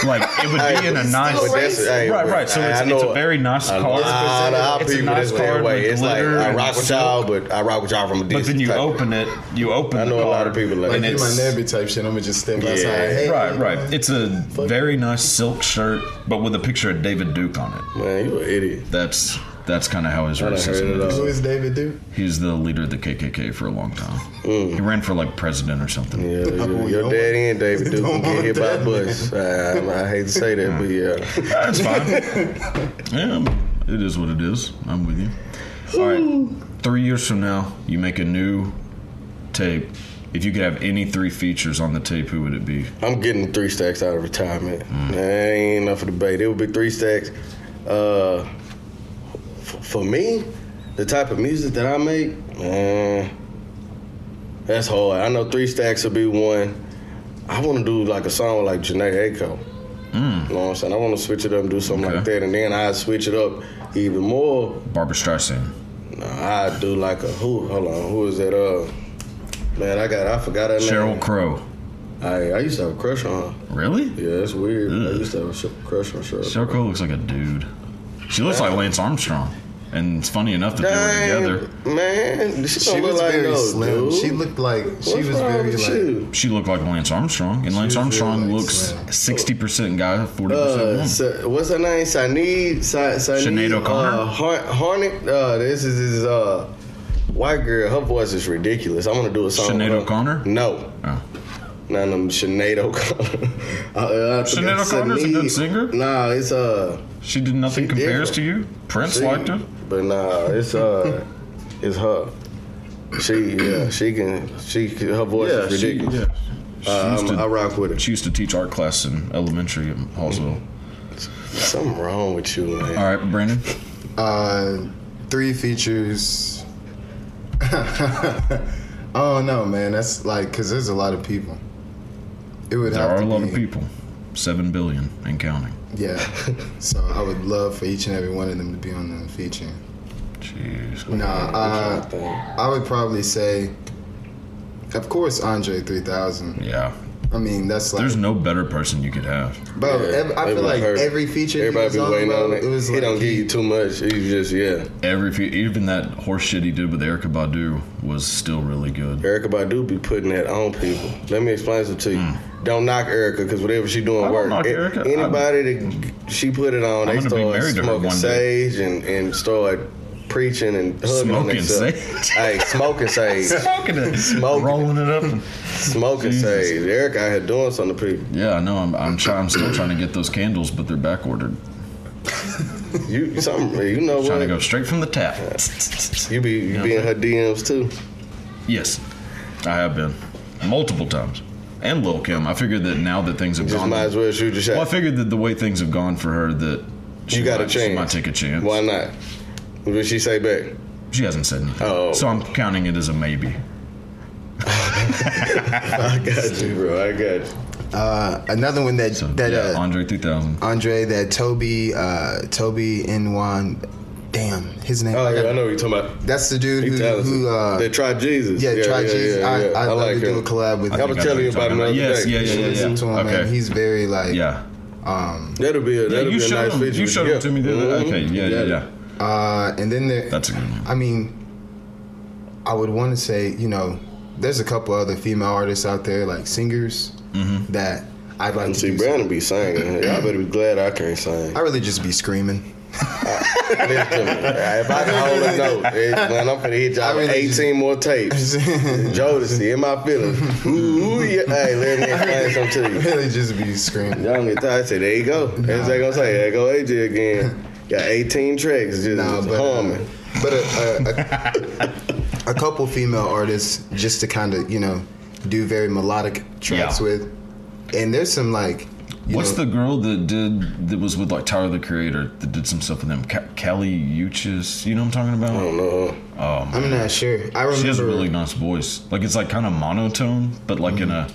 B: Like it would
C: Hey,
B: be in a
C: but
B: nice
C: that's- hey,
B: right,
C: but
B: right. So
C: I-
B: it's,
C: I know
B: it's a very nice
C: A
B: card.
C: lot of our
B: It's a
C: people
B: nice
C: that's that
B: card
C: way.
B: with
C: It's like
B: glitter
C: I
B: and
C: rock with
B: silk.
C: y'all, but I rock with y'all from a distance.
B: But then you
C: type.
B: open it, you open.
C: I know
B: the
C: a lot
B: card,
C: of people like
D: Like
B: and
D: you my
B: it's
D: neighbor type shit. I'm gonna just step outside. Hey,
B: right, right. It's a very nice silk shirt, but with a picture of David Duke on it.
C: Man, you an idiot.
B: That's that's kind of how his
C: I done heard it
B: racism is.
D: Who
C: all.
D: is David Duke?
B: He was the leader of the KKK for a long time. He ran for like president or something.
C: Mm. Yeah, your, your
D: no.
C: daddy and David Duke
D: Don't
C: can get
D: want
C: hit by a
D: that,
C: bus. I, I, I hate to say that, but yeah.
B: That's fine. yeah, it is what it is. I'm with you. All right. Three years from now, you make a new tape. If you could have any three features on the tape, who would it be?
C: I'm getting three stacks out of retirement.
B: Mm.
C: That ain't enough of debate. It would be three stacks. Uh, f- for me, the type of music that I make, man, that's hard. I know three stacks would be one. I want to do like a song with like Janae Aiko. You know what I'm saying? I want to switch it up and do something like
B: Mm. Okay.
C: that, and then I switch it up even more.
B: Barbara Streisand.
C: I do like a who? Hold on, who is that? Uh, man, I got I forgot her
B: Cheryl
C: name.
B: Crow.
C: I I used to have a crush on her.
B: Really?
C: Yeah, that's weird. I
B: Ugh.
C: used to have a sh- crush on Cheryl.
B: Cheryl Crow looks like a dude. She looks like Lance Armstrong. And it's funny enough that they were together.
C: Dang, man. She,
D: She
C: don't look
D: was
C: like
D: very
C: no
D: slim.
C: Dude.
D: She looked like she
C: What's
D: was
C: wrong
D: very
C: with
D: like.
C: you?
B: She looked like Lance Armstrong, and Lance
D: was
B: Armstrong
D: really
B: looks
D: slim.
B: sixty percent guy, forty percent
C: Uh,
B: woman.
C: Sa- what's her name? Saeed. Sa- Saeed.
B: Sinead O'Connor?
C: Uh, Har- Harnick. Uh, this is his uh, white girl. Her voice is ridiculous. I'm gonna do a song.
B: Sinead
C: with her.
B: O'Connor?
C: No,
B: Oh.
C: none of them. Sinead O'Connor. I, I forgot
B: Sinead O'Connor's a good
C: Sinead.
B: singer?
C: Nah, it's uh.
B: She did nothing
C: She
B: compares
C: different.
B: to you. Prince
C: She-
B: liked her.
C: But nah, it's uh, it's her. She yeah, she can she can, her voice is ridiculous.
B: She
C: Uh,
B: used
C: I'm-
B: to-
C: I rock with it.
B: She used to teach art class in elementary in Hallsville.
C: Something wrong with you, man.
B: All right, Brandon.
D: Uh, three features. oh no, man, that's like because there's a lot of people. It would
B: There
D: have
B: are a
D: to
B: lot
D: be,
B: of people, seven billion and counting.
D: Yeah, so I would love for each and every one of them to be on the feature.
B: Jeez.
D: Nah,
C: I'm trying
D: uh,
C: to think.
D: I would probably say, of course, Andre 3000.
B: Yeah,
D: I mean, that's like,
B: There's no better person you could have.
D: bro.
C: Yeah,
D: ev- I feel
C: everyone
D: like
C: hurt.
D: every feature
C: Everybody
D: he
C: be
D: was on,
C: waiting
D: bro,
C: on it.
D: it was
C: he
D: like,
C: don't give you too much. He just yeah.
B: Every fe- even that horse shit he did with Erica Badu was still really good.
C: Erica Badu be putting that on people. Let me explain something to you. Don't knock Erica because whatever she doing
B: Hmm. don't
C: work.
B: knock
C: A-
B: Erica.
C: Anybody that she put it on,
B: I'm
C: they
B: gonna be
C: start
B: married to her
C: smoking
B: one day.
C: sage and, and start preaching and hugging on
B: Smoking
C: themselves.
B: sage.
C: Hey, smoking sage,
B: Smoking it,
C: Smoking it.
B: rolling it up.
C: smoking
B: Jesus.
C: sage. Erica out here doing something to people.
B: Yeah, I know. I'm I'm, try- I'm still trying to get those candles, but they're back ordered.
C: You something. You know
B: Trying to go
C: what?
B: straight from the tap.
C: You be you
B: Yeah.
C: be in her DMs too.
B: Yes, I have been multiple times. And Lil Kim, I figured that now that things have
C: Just
B: gone,
C: might as well shoot your shot.
B: Well, I figured that the way things have gone for her, that she
C: you got
B: might,
C: a
B: She
C: chance.
B: might take a chance.
C: Why not? What did she say back?
B: She hasn't said anything,
C: Oh.
B: so I'm counting it as a maybe.
C: I got you, bro. I got you.
D: uh, another one that
B: So
D: that
B: yeah,
D: uh,
B: Andre 3000.
D: Andre that Toby uh, Toby Nwan, damn his name.
C: Oh yeah, I know what you're talking about.
D: That's the dude
C: He
D: who,
C: talented.
D: who uh,
C: they tried Jesus.
D: yeah, try Jesus. I, I, love
C: like
D: to do
C: him.
D: a collab with
C: I
D: him.
C: was
B: think
C: telling
B: know
C: you
B: what you're
C: about him
B: talking
C: the other
B: Yes,
C: day.
B: yeah,
D: You should
B: yeah, yeah.
D: listen to him,
B: okay.
D: man. He's very like
B: yeah.
D: um
C: That'll be a
B: Yeah,
C: that'll
B: you
C: be a
B: showed
C: nice
B: him.
C: feature.
B: You showed him to me the other
C: Mhm.
B: Okay, yeah, yeah, yeah.
D: uh and then there
B: That's a good one.
D: I mean I would want to say, you know, there's a couple other female artists out there like singers that I'd like
C: And
D: to
C: Mm-hmm. see,
D: do
C: Brandon be singing. Y'all better be glad I can't sing.
D: I really just be screaming.
C: Listen to me. If I can hold a note, it's- man, I'm finna hit
D: I
C: y'all with
D: really
C: 18 more tapes. Jodeci, in my feelings. Ooh, ooh, yeah. Hey, let me explain something to you.
D: really just be screaming.
C: Y'all get tired. I say, there you go. That's what they gonna say. There go AJ again. Got 18 tracks just
D: Nah, but, uh,
C: humming.
D: but a, a, a, a couple female artists just to kind of you know do very melodic tracks
B: Yeah.
D: with, and there's some like you
B: What's
D: know,
B: the girl that did that was with like Tyler the Creator that did some stuff with him? Ca- Kelly Uchis, you know what I'm talking
C: I
B: about?
C: don't know. uh,
D: I'm not sure. I remember
B: She has a really nice voice. Like it's like kind of monotone, but like in a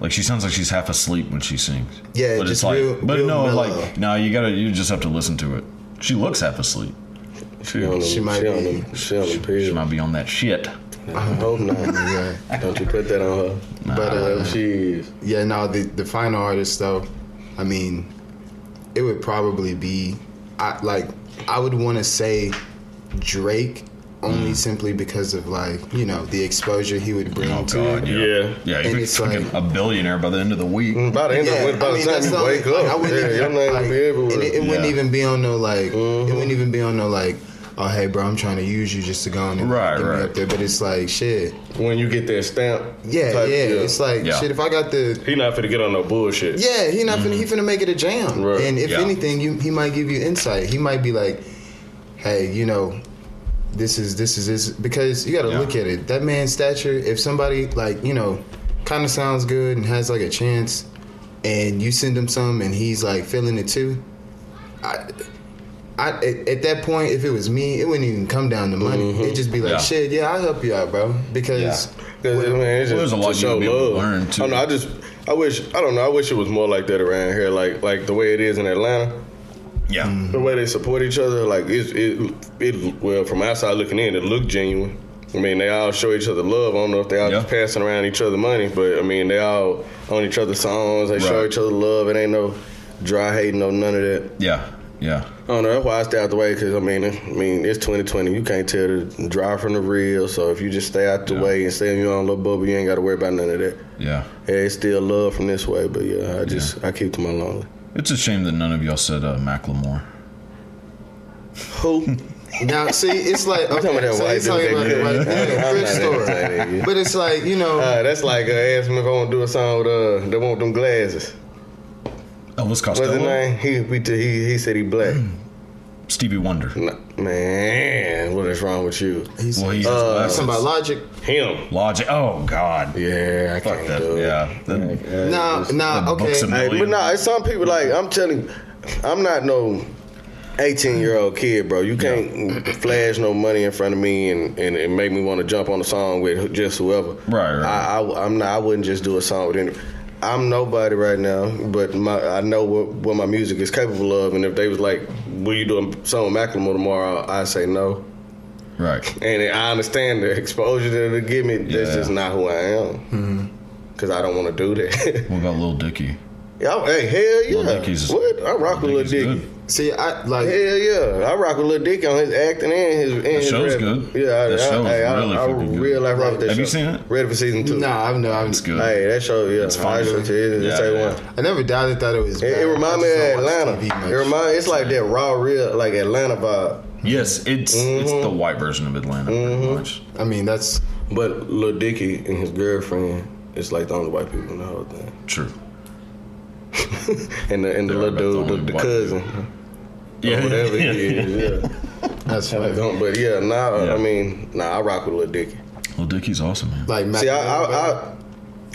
B: like she sounds like she's half asleep when she sings.
D: Mm-hmm. Yeah,
B: but
D: just
B: like,
D: real-
B: but
D: real
B: no,
D: mellow.
B: like no, you gotta you just have to listen to it. She looks half asleep.
C: She on the
D: She might
C: she on
D: be.
C: the she on the
B: She
C: pill.
B: might be on that shit.
C: I hope not.
D: Yeah,
C: Don't you put that on her.
D: but
C: Whatever
D: uh,
C: she is.
D: yeah, no, the the final artist though, I mean, it would probably be, I like, I would want to say Drake only
B: Mm.
D: simply because of like you know the exposure he would bring
B: Oh
D: to
B: god,
D: it.
B: yeah,
C: Yeah.
B: yeah.
D: And
B: He's
D: it's
B: fucking
D: like- Mm-hmm.
B: a billionaire by the end of the week.
C: By the end of the, by the time
D: that's
C: you
D: the only-
C: wake
D: like, I
C: up,
D: wouldn't
C: yeah,
D: even-
C: your name
D: like,
C: will be everywhere.
D: and it, it wouldn't
B: Yeah.
D: even be on no like. It
C: Mhm.
D: wouldn't even be on no like. Oh hey, bro, I'm trying to use you just to go on and
B: Right,
D: get
B: right.
D: me up there. But it's like shit.
C: when you get that stamp,
D: Yeah,
C: type
D: yeah.
C: deal.
D: It's like
B: Yeah.
D: shit. If I got the
C: he not finna get on no bullshit.
D: yeah, he not finna, he finna make it a jam.
C: Mm-hmm. Right.
D: And if
B: Yeah.
D: anything, you, he might give you insight. He might be like, hey, you know. This is this is this because you got to
B: Yeah.
D: look at it. That man's stature. If somebody like you know, kind of sounds good and has like a chance, and you send him some and he's like feeling it too, I, I at, at that point, if it was me, it wouldn't even come down to money.
C: Mm-hmm.
D: It'd just be like,
B: Yeah.
D: shit, yeah, I'll help you out, bro, because
C: Cause, I mean, it's just
B: Well, there's a lot
C: to
B: you
C: show
B: can be able to
C: love.
B: learn, too.
C: I, don't know, I just, I wish, I don't know, I wish it was more like that around here, like like the way it is in Atlanta.
B: Yeah,
D: Mm-hmm.
C: The way they support each other, like it, it, it. Well, from outside looking in, it looked genuine. I mean, they all show each other love. I don't know if they all
B: Yeah.
C: just passing around each other money, but I mean, they all on each other's songs. They show
B: Right.
C: each other love. It ain't no dry hating, no none of that.
B: yeah, yeah.
C: I don't know. That's why I stay out the way because I mean, I mean, it's 2020. You can't tell the dry from the real. So if you just stay out the
B: Yeah.
C: way and stay in your own little bubble, you ain't got to worry about none of that.
B: yeah.
C: Yeah, it's still love from this way, but yeah, I just I keep to my lonely.
B: It's a shame that none of y'all said uh, Macklemore.
C: Who?
D: now see, it's like okay,
C: talking about that
D: so
C: white
D: he's talking
C: dude
D: about the
C: that
D: white
C: good. I'm not
D: Chris
C: entertaining
D: story,
C: you.
D: but it's like you know,
C: Uh, that's like uh, asking if I want to do a song with uh, they want them glasses.
B: Elvis
C: What's his
B: Costello,
C: name? He we, he he said he black.
D: Hmm.
B: Stevie Wonder.
C: Nah, man, what is wrong with you?
D: he's
B: Well, he's
C: Uh,
B: just
D: he's talking about
B: glasses.
D: logic.
C: Him.
B: Logic. Oh God.
C: Yeah, I
B: Fuck
C: can't
B: that.
C: do it.
B: Yeah. That-
D: Nah, nah,
B: the
D: okay,
B: books and-
C: Hey, but
B: Million.
C: nah, it's some people like I'm telling. I'm not no 18 year old kid, bro. You can't flash no money in front of me and, and, and make me want to jump on a song with who- just whoever.
B: Right, right.
C: I, I am not. I wouldn't just do a song with any. I'm nobody right now, but my I know what, what my music is capable of, and if they was like, "Will you do a song with Macklemore tomorrow?" I say no,
B: Right.
C: and I understand the exposure that it give me. That's
B: Yeah. Mm-hmm.
C: just not who I am. because I don't want to do that.
B: What about Lil Dicky?
C: Y'all, hey, hell
B: Lil
C: yeah.
B: Dicky's-
C: what? I rock with Lil
B: Dicky's
C: Dicky.
B: good.
D: See, I like.
C: Hell yeah, I rock with Lil Dicky on his acting and his. And his
B: show's
C: rapping.
B: good.
C: Yeah, I,
B: That
C: I,
B: show's
C: hey, I,
B: really
C: I,
B: fucking good.
C: real life rock with that
B: Have
C: show.
B: you seen it?
C: Ready for season two?
D: No, I've no, I've.
B: It's good.
C: Hey, that show, yeah,
B: It's
C: I
B: fun.
C: agree with you. It's, it's
B: Yeah,
C: A1.
B: yeah.
D: I never doubted that it was.
C: It,
D: bad.
C: it
D: I
C: reminds me of
D: just don't watch
C: Atlanta.
D: TV much.
C: It reminds it's like that raw, real, like Atlanta vibe.
B: Yes, it's it's
C: Mm-hmm.
B: the white version of Atlanta, pretty much.
D: I mean, that's
C: But Lil Dicky and his girlfriend is like the only white people in the whole thing.
B: True.
C: Oh, And the and the
B: They're
C: little
B: about the
C: dude, the,
B: only
C: the
B: white
C: cousin,
B: Yeah,
C: or whatever
B: yeah,
C: he is. Yeah.
D: that's funny.
C: Don't- but yeah, now
B: Yeah.
C: I mean, nah, I rock with Lil Dicky.
B: Lil Dicky's awesome, man.
D: Like, Mac
C: See, I I,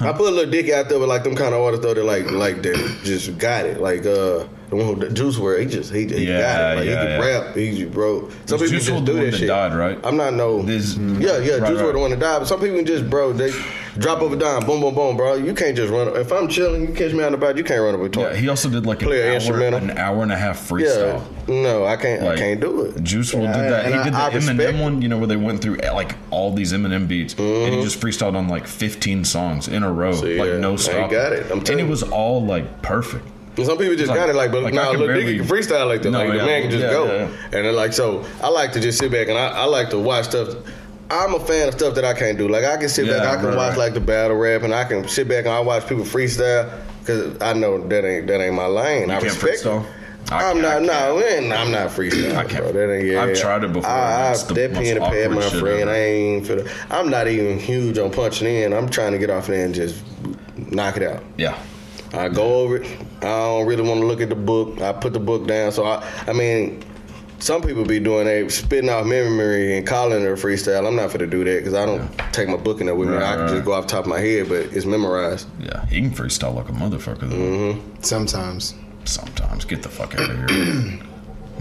C: I, I put Lil Dicky out there with like them kind of artists though that like like that just got it. Like uh, the one who the Juice were, he just he, he
B: Yeah,
C: got it. Like
B: yeah,
C: he could
B: yeah.
C: rap, he just bro. Some people
B: Juice
C: just
B: WRLD
C: do
B: the one
C: that
B: that
C: shit.
B: died, right?
C: I'm not no.
B: This-
C: yeah, yeah,
B: Right,
C: Juice
B: right.
C: were the one to die. But some people just bro, they drop over dime, boom, boom, boom, bro. You can't just run. If I'm chilling, you catch me on the bike, you can't run up a
B: yeah,
C: toy.
B: he also did like an
C: Play an
B: hour,
C: Oh. instrumental.
B: an hour and a half
C: Yeah,
B: freestyle.
C: no, I can't.
B: Like,
C: I can't do it.
B: Juice WRLD
C: Yeah,
B: did that.
C: and
B: He
C: I-
B: did the
C: I respect-
B: Eminem one, you know, where they went through eh, like all these Eminem beats, and he just freestyled on like 15 songs in a row,
C: See,
B: like
C: Mm-hmm. yeah, I
B: no
C: ain't
B: stop.
C: got it, I'm
B: and
C: telling
B: it
C: you.
B: was all like perfect.
C: And Some people just
B: Like-
C: got it like, but
B: like, I
C: now
B: can
C: look,
B: barely-
C: nigga can freestyle like that.
B: No,
C: like
B: yeah,
C: the man can just
B: yeah,
C: go,
B: yeah.
C: and then like so. I like to just sit back and I, I like to watch stuff. I'm a fan of stuff that I can't do. Like I can sit
B: Yeah,
C: back, I can
B: right,
C: watch
B: right.
C: like the battle rap, and I can sit back and I watch people freestyle because I know that ain't that ain't my lane.
B: You
C: I
B: can't
C: respect.
B: freestyle?
C: It.
B: I-
C: I'm
B: I
C: not.
B: can't.
C: No, we ain't- I'm not freestyling.
B: I can't.
C: Bro. That ain't, yeah,
B: I've
C: yeah.
B: tried it before, and
C: I,
B: it's
C: I,
B: the
C: that
B: most
C: pen to pad,
B: awkward
C: my
B: shit
C: friend.
B: ever.
C: I ain't. Feel, I'm not even huge on punching in. I'm trying to get off there and just knock it out.
B: Yeah.
C: I go over it. I don't really want to look at the book. I put the book down. So I, I mean, some people be doing they spitting off memory and calling it a freestyle. I'm not for to do that because I don't take my book in there with me.
B: Right,
C: I can
B: right.
C: just go off the top of my head, but it's memorized.
B: Yeah. He can freestyle like a motherfucker, though.
C: Mm-hmm.
D: sometimes,
B: Sometimes. Get the fuck out of here.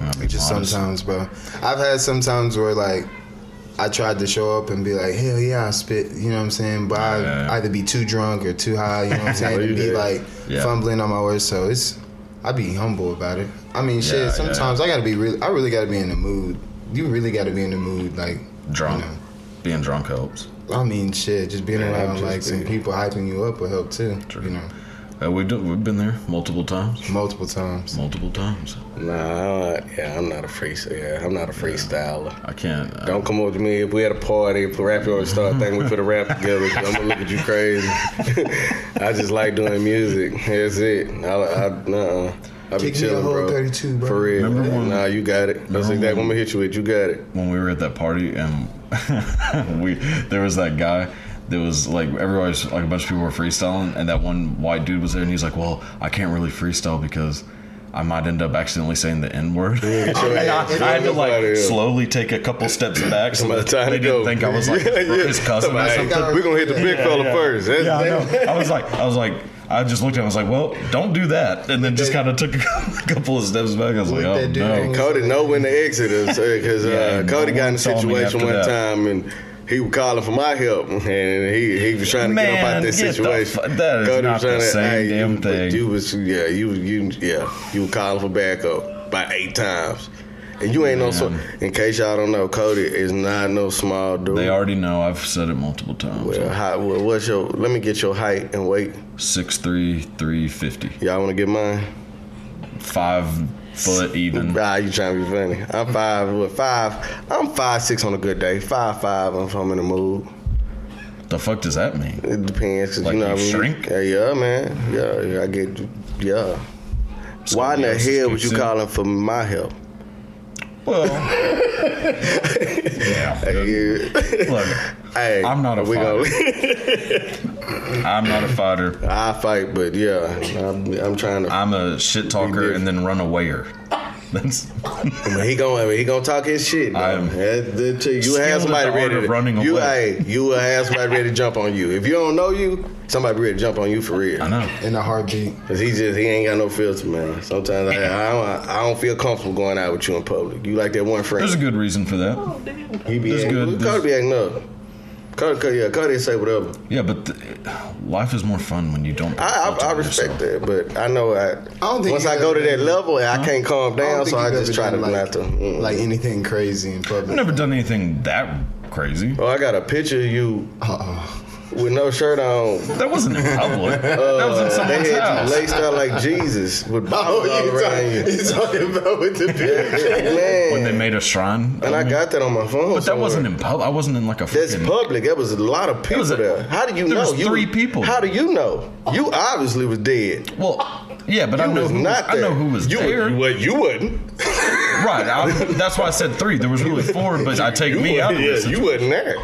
B: I'll be
D: just
B: honest.
D: sometimes, bro. I've had some times where like I tried to show up and be like, hell yeah, I spit. You know what I'm saying? But I
B: Yeah.
D: either be too drunk or too high. You know what I'm saying?
C: you
D: and be
C: did.
D: like
B: Yeah.
D: fumbling on my words. So it's I be humble about it. I mean, shit.
B: Yeah,
D: sometimes I gotta be really. I really gotta be in the mood. You really gotta be in the mood, like
B: Drunk.
D: You know.
B: Being drunk helps.
D: I mean, shit, just being around
C: just
D: like some
C: be-
D: people hyping you up will help too.
B: True.
D: You know,
B: Uh, we've, done, we've been there multiple times.
D: multiple times.
B: Multiple times.
C: Nah, I, yeah, I'm not a freestyler. Yeah, I'm not a freestyler.
B: I can't. uh, I-
C: Don't come up to me if we at a party, if a rapper always start thinking we put a rap together, I'm gonna look at you crazy. I just like doing music. That's it. I, I, uh-uh. I be
D: Kick me a
C: chilling,
D: whole
C: bro.
D: 32, bro.
C: For real.
B: Remember when-
C: nah, you got it. That's
B: Remember
C: exactly what
B: when-
C: I'm gonna hit you with. You got it.
B: when we were at that party and we there was that guy that was like everybody was like a bunch of people were freestyling and that one white dude was there and he's like well i can't really freestyle because i might end up accidentally saying the n-word And
C: your
B: I, I had
C: ass.
B: to
C: Get out of
B: like
C: here.
B: slowly take a couple steps back so
C: About
B: that
C: time
B: they
C: to go.
B: didn't think i was like
C: Yeah, uh, yeah.
B: his cousin or
C: Somebody,
B: something
C: We're gonna hit the big fella first. That's,
B: yeah, I know. I was like, I was like, I just looked at him. I was like, well, don't do that. And then just
D: That-
B: kind of took a couple of steps back. I was like,
D: What
B: oh
D: that dude
B: no.
D: was-
C: Cody know when to exit us because
B: Yeah,
C: uh, Cody
B: no
C: got
B: one
C: in a
B: saw me
C: situation
B: after
C: one
B: that.
C: time and he was calling for my help and he he was trying to get up out
B: Man,
C: this
B: get the
C: situation.
B: fu- that is not the same damn
C: you,
B: thing.
C: You was yeah you you yeah you were calling for backup by eight times. And you ain't no so. In case y'all don't know, Cody is not no small dude.
B: They already know. I've said it multiple times.
C: Well, hi, well, what's your? Let me get your height and weight.
B: Six three, three fifty.
C: Y'all want to get mine?
B: Five foot even.
C: Ah, you trying to be funny? I'm five. What five? I'm five six on a good day. Five five. If I'm in the mood.
B: The fuck does that mean?
C: It depends, 'cause
B: Like
C: you
B: you
C: know what I mean.
B: shrink?
C: Yeah, yeah, man. Yeah, yeah, I get. Yeah. Why in the
B: Scoliosis
C: hell was
B: kicks
C: you
B: in.
C: calling for my help?
B: Well, yeah. Look,
C: Hey,
B: I'm not a
C: we
B: fighter.
C: gonna-
B: I'm not a fighter.
C: I fight, but yeah, I'm, I'm trying to.
B: I'm a shit talker and then run awayer. That's
C: he gonna he gonna talk his shit.
B: I
C: though.
B: am
C: That- that too. You
B: skilled at
C: have
B: the
C: somebody
B: art
C: ready.
B: of
C: To,
B: running
C: you
B: away.
C: hey, you will have somebody ready to jump on you. If you don't know you, somebody ready to jump on you for real.
B: I know.
D: In a heartbeat.
C: Cause he just he ain't got no filter, man. Sometimes I, I don't I don't feel comfortable going out with you in public. You like that one friend.
B: There's a good reason for that.
C: he be
B: there's
C: acting,
B: good- there's-
C: Cody be acting up. Cody, Cody, yeah, Cody say whatever.
B: Yeah, but th- life is more fun when you don't.
C: I, I, I respect that, but I know I.
D: don't think
C: once
D: you
C: I go to that
D: ever-
C: level, I can't calm
D: Uh-huh. I
C: down,
D: don't think
C: so I
D: you've
C: just try
D: ever
C: to
D: done,
C: not to. mm.
D: like anything crazy in
B: I've
D: public.
B: never done anything that crazy.
C: oh, I got a picture of you
D: Uh oh.
C: with no shirt on.
B: That wasn't in public. that was in someone's
C: Uh, They had
B: house.
C: you laced out like Jesus with bottles all around you.
D: Oh, talking about with the
C: Man.
B: When they made a shrine.
C: and I
B: mean,
C: got that on my phone.
B: But that wasn't in public. I wasn't in like a
C: That's
B: freaking.
C: public. That was a lot of people
B: was a-
C: there. How do you
B: there
C: know?
B: was
C: You-
B: three people.
C: How do you know? You obviously was dead.
B: Well, yeah, but I
C: You
B: know
C: was
B: who was,
C: not
B: I
C: there.
B: know who was
C: you
B: there.
C: Was, you, was, you wasn't.
B: Right. I, that's why I said three. There was really four, but I take
C: You
B: me
C: wasn't-
B: out of
C: yeah,
B: this.
C: You wasn't there.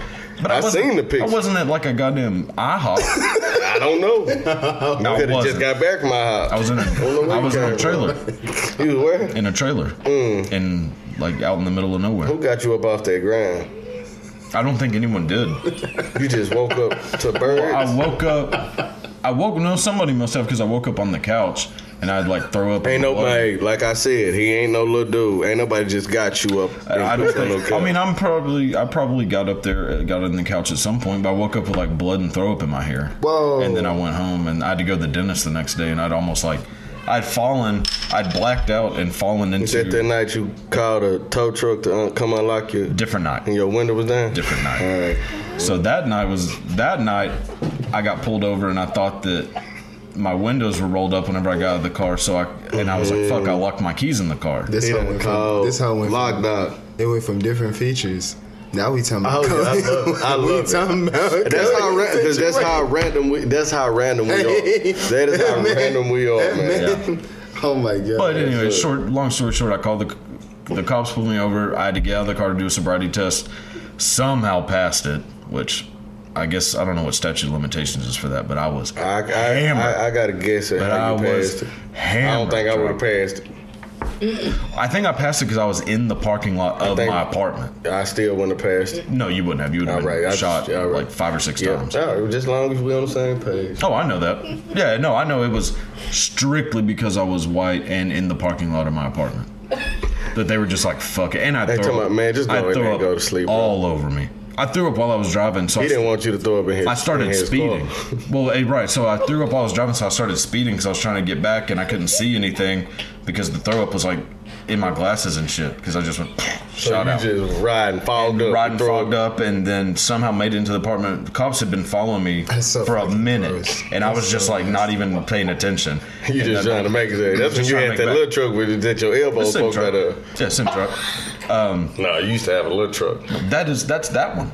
B: But
C: I,
B: wasn't-
C: seen the picture.
B: I wasn't at like a goddamn IHOP.
C: I don't know.
B: No,
C: you
B: I
C: could have
B: wasn't.
C: just got back from my house.
B: I was in a,
C: don't know where
B: I
C: you
B: was in
C: came
B: a
C: from.
B: trailer.
C: You was where?
B: In a trailer. And like out in the middle of nowhere.
C: Who got you up off that ground?
B: I don't think anyone did.
C: You just woke up to birds.
B: I woke up. I woke. No, somebody must have because I woke up on the couch and I'd like throw up. in
C: Ain't
B: the blood.
C: nobody, like I said, he ain't no little dude. Ain't nobody just got you up. and
B: I I don't
C: put you on no
B: think. I
C: couch.
B: mean, I'm probably. I probably got up there, uh, got on the couch at some point, but I woke up with like blood and throw up in my hair.
D: Whoa.
B: And then I went home, and I had to go to the dentist the next day, and I'd almost like, I'd fallen, I'd blacked out and fallen
C: You said that
B: into
C: night you called a tow truck to uh, come unlock your
B: different
C: and
B: night.
C: your window was down.
B: Different night.
C: All right.
B: So that night was that night. I got pulled over, and I thought that my windows were rolled up whenever I got out of the car. So I and I was like, "Fuck!" I locked my keys in the car.
D: This
C: He
D: how it
C: done
D: went from,
C: called
D: this how it went
C: Lock
D: from,
C: dog.
D: it went from different features. Now we talking about.
C: Oh, yeah, I love it. I
D: we
C: love it.
D: talking about.
C: That's how, ra- 'cause that's how random we. That's how random we
D: Hey.
C: are. That is how
D: Man.
C: random we are,
D: That
C: man.
D: man. Oh my god.
B: But anyway, short long story short, I called the the cops pulled me over. I had to get out of the car to do a sobriety test. Somehow passed it, which I guess I don't know what statute of limitations is for that, but I was
C: I, I,
B: hammered.
C: I, I got a guess at
B: but I
C: how you
B: was
C: passed it.
B: hammered.
C: I don't think I would have
B: drunk.
C: passed it.
B: I think I passed it because I was in the parking lot of
C: think-
B: my apartment.
C: I still wouldn't have passed it.
B: No, you wouldn't have. You would have
C: All
B: been
C: right, I just-
B: shot
C: all right.
B: like five or six
C: Yeah.
B: times.
C: All right. Just long as we on the same page.
B: Oh, I know that. Yeah, no, I know it was strictly because I was white and in the parking lot of my apartment. That they were just like, fuck it. And I
C: They
B: threw
C: talking
B: up,
C: about, man, just go
B: I
C: in there
B: threw
C: and
B: up
C: go to sleep, bro.
B: all over me. I threw up while I was driving, so I,
C: He didn't want you to throw up in his.
B: I
C: in
B: started
C: his
B: speeding.
C: car.
B: well, eh, right, so I threw up while I was driving, so I started speeding because I was trying to get back and I couldn't see anything because the throw up was like in my glasses and shit because I just went
C: So
B: shot
C: you
B: out.
C: just riding fogged up.
B: Riding
C: throw up.
B: fogged up and then somehow made it into the apartment. The cops had been following me
D: That's so
B: for a
D: fucking
B: minute,
D: gross.
B: and I was just like not even paying attention.
C: You
B: And
C: just
B: then-
C: trying to make it. That's when
B: Just
C: you
B: trying to
C: had that
B: make
C: little truck with that your elbow
B: Sim
C: poked
B: truck.
C: out of.
B: Yeah, sim truck.
C: No, you used to have a little truck.
B: That is that's that one.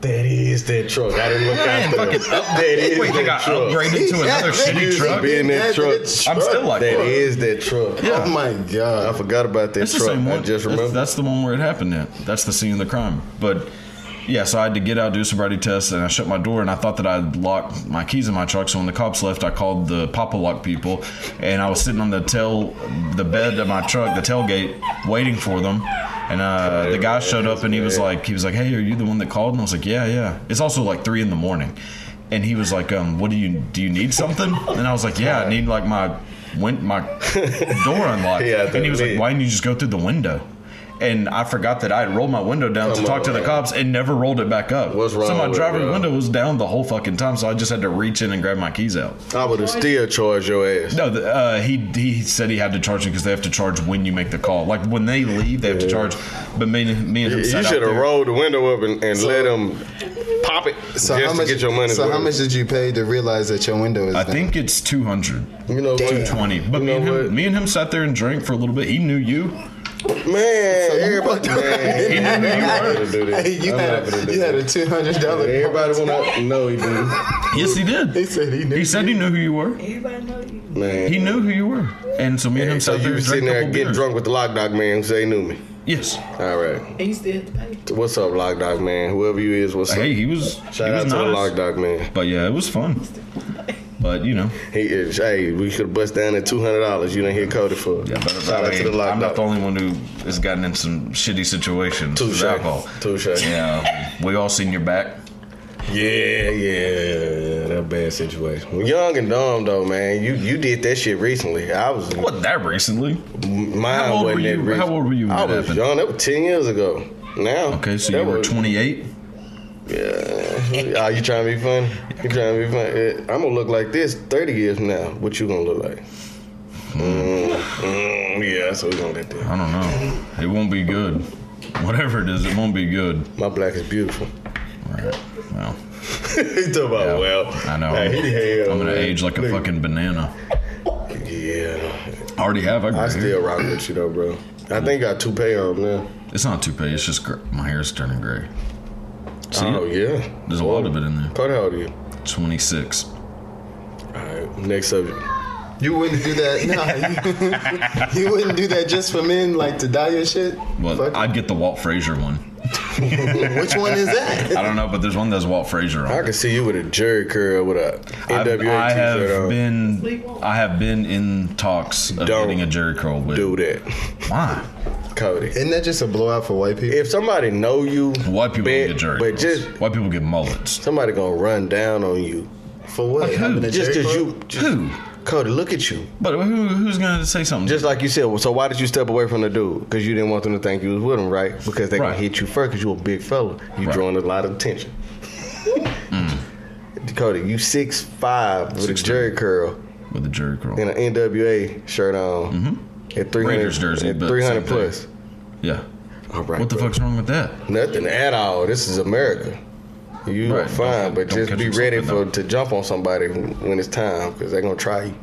C: That is that truck. I didn't look
B: Man,
C: out for
B: fucking
C: it. That is
B: Wait, they
C: that
B: got
C: truck.
B: upgraded to another
C: You
B: shitty
C: used to
B: truck.
C: be in that
D: That
C: truck.
D: is-
B: I'm still like,
C: That
B: that is,
C: is that truck.
B: Yeah.
D: Oh my
C: I
D: god.
C: forgot about that
B: it's the
C: truck.
B: same
C: I
B: one. That's-
C: just remember.
B: That's the one where it happened. At that's the scene of the crime. But yeah, so I had to get out, do a sobriety test, and I shut my door. And I thought that I'd locked my keys in my truck. So when the cops left, I called the Papa Lock people, and I was sitting on the tail, the bed of my truck, the tailgate, waiting for them. And uh, the guy showed up, and he was like, he was like, "Hey, are you the one that called?" And I was like, "Yeah, yeah." It's also like three in the morning, and he was like, um, "What do you do? You need something?" And I was like, "Yeah, I need like my." Went my door unlocked,
C: Yeah,
B: and he was like,
C: that-
B: "Why and you just go through the window. And I forgot that I had rolled my window down to
C: Come
B: talk
C: on,
B: to the
C: man.
B: cops and never rolled it back up.
C: What's wrong
B: So my
C: with it,
B: driver's
C: bro?
B: window was down the whole fucking time, so I just had to reach in and grab my keys out.
C: I would have still charged your ass.
B: No, the, uh, he he said he had to charge you because they have to charge when you make the call. Like when they leave, they have to charge. But me, and- me and him
C: You
B: sat out
C: should have
B: there.
C: rolled the window up and, and let him pop it
D: So
C: just
D: how much?
C: to get your money.
D: so how much did you pay to realize that your window is?
B: I
D: down?
B: think it's two hundred.
C: You know, what?
B: 220. But
C: Oh, You
B: me and,
C: know
B: him,
C: what?
B: me and him sat there and drank for a little bit. He knew you.
C: Man, everybody, man,
B: He knew who you
C: I'm not
B: were.
C: gonna do
D: Hey,
C: this.
D: you
C: I'm
D: had
C: not
D: a,
C: gonna do
D: you had a
C: this.
D: two hundred dollar.
C: Everybody want to know he did.
B: Yes, he did.
D: He said he knew.
B: He said he knew who you were.
C: Man,
B: He knew who you were. And so me and him
C: so
B: sat there
C: you
B: and
C: sitting
B: drank a
C: there
B: couple
C: getting
B: beers.
C: drunk with the lock dog man who say he knew me.
B: Yes.
C: All right, what's up, lock dog man? Whoever you is, what's
B: Hey,
C: up?
B: he was.
C: Shout
B: he
C: out
B: was
C: to the
B: nice.
C: lock dog man.
B: But yeah, it was fun. But you know,
C: He is. Hey, we could bust down at two hundred dollars. You didn't hear coded for.
B: yeah, but
C: Shout out
B: I
C: to the
B: am
C: lock
B: not the
C: dog.
B: only one who has gotten in some shitty situations
C: Touche.
B: with alcohol.
C: Touche.
B: Yeah, um, we all seen your back.
C: Yeah, yeah, that bad situation. Young and dumb though, man. You you did that shit recently. I was
B: What that recently?
C: Mine
B: How old
C: wasn't
B: were
C: that
B: you-
C: recent.
B: how old were you when
C: I
B: that
C: was
B: happened?
C: young. That was ten years ago. Now,
B: Okay, so
C: that
B: you were
C: was-
B: 28.
C: Yeah. Are you trying to be funny? You trying to be funny? Uh, I'm gonna look like this 30 years from now. What you gonna look like? Mm, mm, yeah, that's what we gonna get there.
B: I don't know. It won't be good. Whatever it is, it won't be good.
C: My black is beautiful.
B: Right. Well,
C: he talking about
B: yeah.
C: well.
B: I know.
C: Nah, he hell,
B: I'm gonna
C: man.
B: age like a
C: Look,
B: fucking banana.
C: Yeah,
B: I already have. I,
C: I
B: grew hair.
C: still rock with you though, bro. I think I got toupee on now.
B: It's not toupee. It's just gr- my hair's turning gray. See,
C: Oh yeah,
B: there's a lot of it in there.
C: Part how are you?
B: 26.
C: All right, next subject.
D: You wouldn't do that. Nah, you, you wouldn't do that just for men, like to dye your shit.
B: Well,
D: Fuck.
B: I'd get the Walt Frazier one.
D: Which one is that?
B: I don't know, but there's one that's Walt Frazier on.
C: I
B: it.
C: can see you with a Jerry curl with a
B: I've-
C: NWA
B: I
C: t-shirt
B: have
C: on.
B: been, I have been in talks of
C: Don't
B: getting a Jerry curl wig.
C: Do that,
B: Why?
C: Cody.
D: Isn't that just a blowout for white people?
C: If somebody know you,
B: White people
C: bet,
B: get Jerry
C: but
B: curls.
C: just
B: White people get mullets.
C: somebody gonna run down on you.
D: For what?
B: Like who?
D: Having a
C: Just
D: Jerry
C: cause
D: curl?
C: you, just,
B: Who?
C: Cody, look at you.
B: But who, who's gonna say something?
C: Just like you said, well, so why did you step away from the dude? Because you didn't want them to think you was with him, right? Because they
B: Right.
C: can hit you first because you a big fella. You
B: Right. Mm.
C: drawing a lot of attention. Cody, you six five with a jerry curl
B: with a Jerry curl.
C: and an NWA shirt on at three hundred
B: Raiders Mm-hmm. jersey,
C: at
B: but
C: three hundred
B: same thing.
C: plus.
B: Yeah.
C: All right,
B: What the
C: bro.
B: fuck's wrong with that?
C: Nothing at all. This is America. You
B: Right.
C: are fine,
B: Don't-
C: but
B: don't
C: just
B: catch
C: be
B: them
C: ready
B: slipping,
C: for
B: though.
C: to jump on somebody when it's time because they're gonna try you.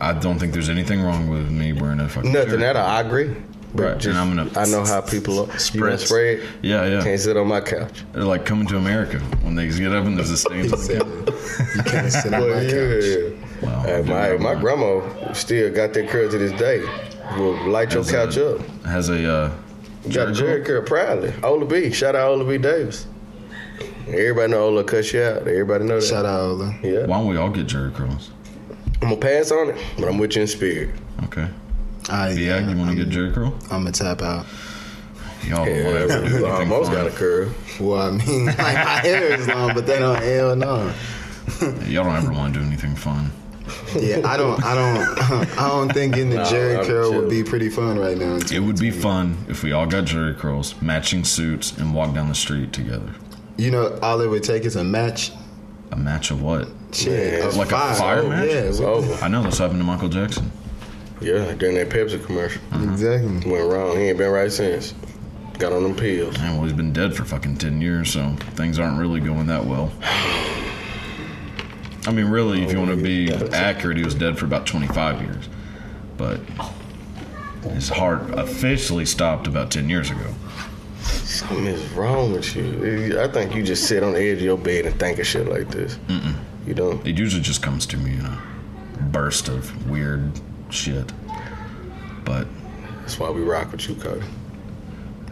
B: I don't think there's anything wrong with me wearing a fucking
C: Nothing
B: Jerry
C: at all.
B: curl.
C: I agree. But
B: Right, and
C: just,
B: I'm gonna
C: I know how people are. You gonna
B: Spreads.
C: spray it?
B: Yeah, yeah.
C: Can't sit on my couch.
B: They're like coming to America when they get up and there's a stain.
D: He said, you can't sit on my
C: Well,
D: couch.
C: yeah.
B: Wow.
C: Hey, my my grandma still got that curl to this day. Will light your
B: Has
C: couch
B: a-
C: up.
B: Has a uh,
C: Got a Jerry
B: Jerry curl.
C: curl proudly. Ola B. Shout out Ola B. Davis. Everybody know Ola cuss you out. Everybody know that.
D: Shout out, Ola.
C: Yeah.
B: Why don't we all get Jerry curls?
C: I'm gonna pass on it, but I'm with you in spirit.
B: Okay.
D: I,
B: Yeah, you want to get Jerry curl?
D: I'm gonna tap out.
B: Y'all
C: Yeah,
B: will ever do
C: you
B: anything
C: almost got a
B: fun.
C: curl.
D: Well, I mean, like, my hair is long, but they don't. Hell no.
B: Y'all don't ever want to do anything fun.
D: Yeah, I don't. I don't. I don't think getting the Jerry
C: I'm
D: curl
C: chill.
D: would be pretty fun right now.
B: It would be fun if we all got Jerry curls, matching suits, and walked down the street together.
D: You know, all it would take is a match.
B: A match of what?
D: Shit,
C: Man,
D: of
B: like a fire
D: Oh,
B: match?
D: Yeah,
C: It's
D: we-
C: over.
B: I know this happened to Michael Jackson.
C: Yeah, during that Pepsi commercial.
D: exactly.
C: Went wrong. He ain't been right since. Got on them pills.
B: Man, well, he's been dead for fucking 10 years, so things aren't really going that well. I mean, really, if you want to be accurate, he was dead for about 25 years. But his heart officially stopped about 10 years ago.
C: Something is wrong with you. I think you just sit on the edge of your bed and think of shit like this. Mm-mm. You don't.
B: It usually just comes to me in a burst of weird shit. But
C: That's why we rock with you, Cody.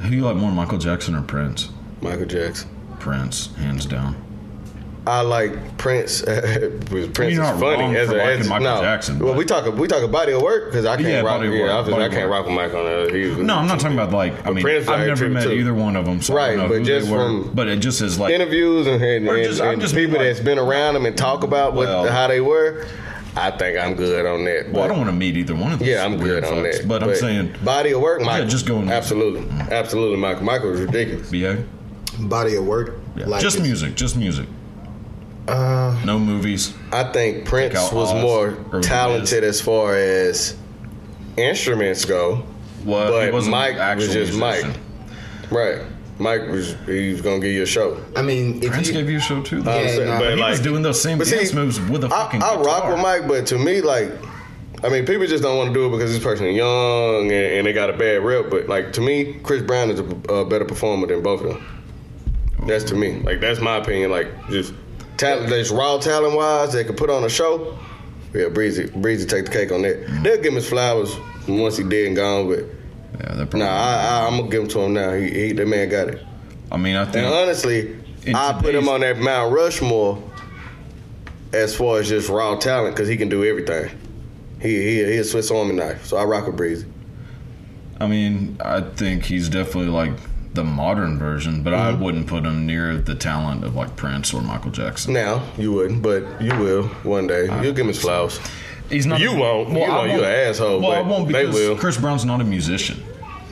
B: who do you like more, Michael Jackson or Prince?
C: Michael Jackson.
B: Prince, hands down.
C: I like Prince. because Prince
B: You're
C: is
B: not wrong
C: funny as
B: for
C: a
B: liking
C: as,
B: Michael
C: no.
B: Jackson,
C: Well,
B: but-
C: we talk we talk body of work because I can't
B: Yeah,
C: rock.
B: body of
C: yeah,
B: work,
C: obviously
B: body
C: I
B: of
C: can't
B: work.
C: rock with Michael. Uh, he,
B: No, I'm not talking about like. I mean,
C: Prince
B: I've
C: died
B: never
C: too,
B: met
C: too.
B: either one of them, so I
C: Right,
B: don't know
C: but
B: who
C: just
B: they were.
C: from-
B: but it just is like
C: interviews and, and,
B: Or just-
C: and-
B: I'm
C: and
B: just
C: people
B: like-
C: that's been around them and talk about what
B: Well-
C: how they were. I think I'm good on that.
B: Well, I
C: but-
B: don't want to meet either one of them.
C: Yeah, I'm good on that.
B: But, I'm saying,
C: body of work, Michael.
B: just go in there. Mm-hmm.
C: absolutely, absolutely, Michael. Michael is ridiculous.
B: yeah,
D: Body of work.
B: yeah.
D: like
B: just
D: it's-
B: music, just music.
D: Uh,
B: No movies.
C: I think Prince
B: out
C: was
B: Oz or
C: more
B: who it
C: talented as far as instruments go,
B: Well, he
C: but
B: wasn't an
C: Mike was
B: actual
C: just
B: musician.
C: Mike. Right, Mike was he was gonna give you a show.
D: I mean, if
B: Prince
D: you,
B: gave you a show too. Though.
C: I
D: Yeah,
C: understand,
D: nah.
C: but
B: he
C: like,
B: was doing those same
C: but see,
B: dance moves with a
C: I,
B: fucking.
C: I rock
B: guitar.
C: with Mike, but to me, like, I mean, people just don't want to do it because this person is young and, and they got a bad rep. But like to me, Chris Brown is a, a better performer than both of them. That's to me. Like that's my opinion. Like just talent, just raw talent wise, they could put on a show. Yeah, Breezy, Breezy take the cake on
B: Mm-hmm.
C: that. They'll give him his flowers once he dead and gone. But
B: Yeah, that probably,
C: nah, I, I, I'm gonna give them to him now. He, he that man got it.
B: I mean, I
C: And
B: think
C: honestly,
B: In
C: I put him
B: today's-
C: on that Mount Rushmore as far as just raw talent because he can do everything. He he he a Swiss Army knife, so I rock with Breezy.
B: I mean, I think he's definitely like the modern version, but
C: Mm-hmm.
B: I wouldn't put him near the talent of like Prince or Michael Jackson.
C: Now you wouldn't, but you will one day. You'll give him his flowers.
B: He's not.
C: You won't. You
B: I
C: won't. You an asshole,
B: Well, I
C: but
B: won't
C: they
B: because
C: will.
B: Chris Brown's not a musician.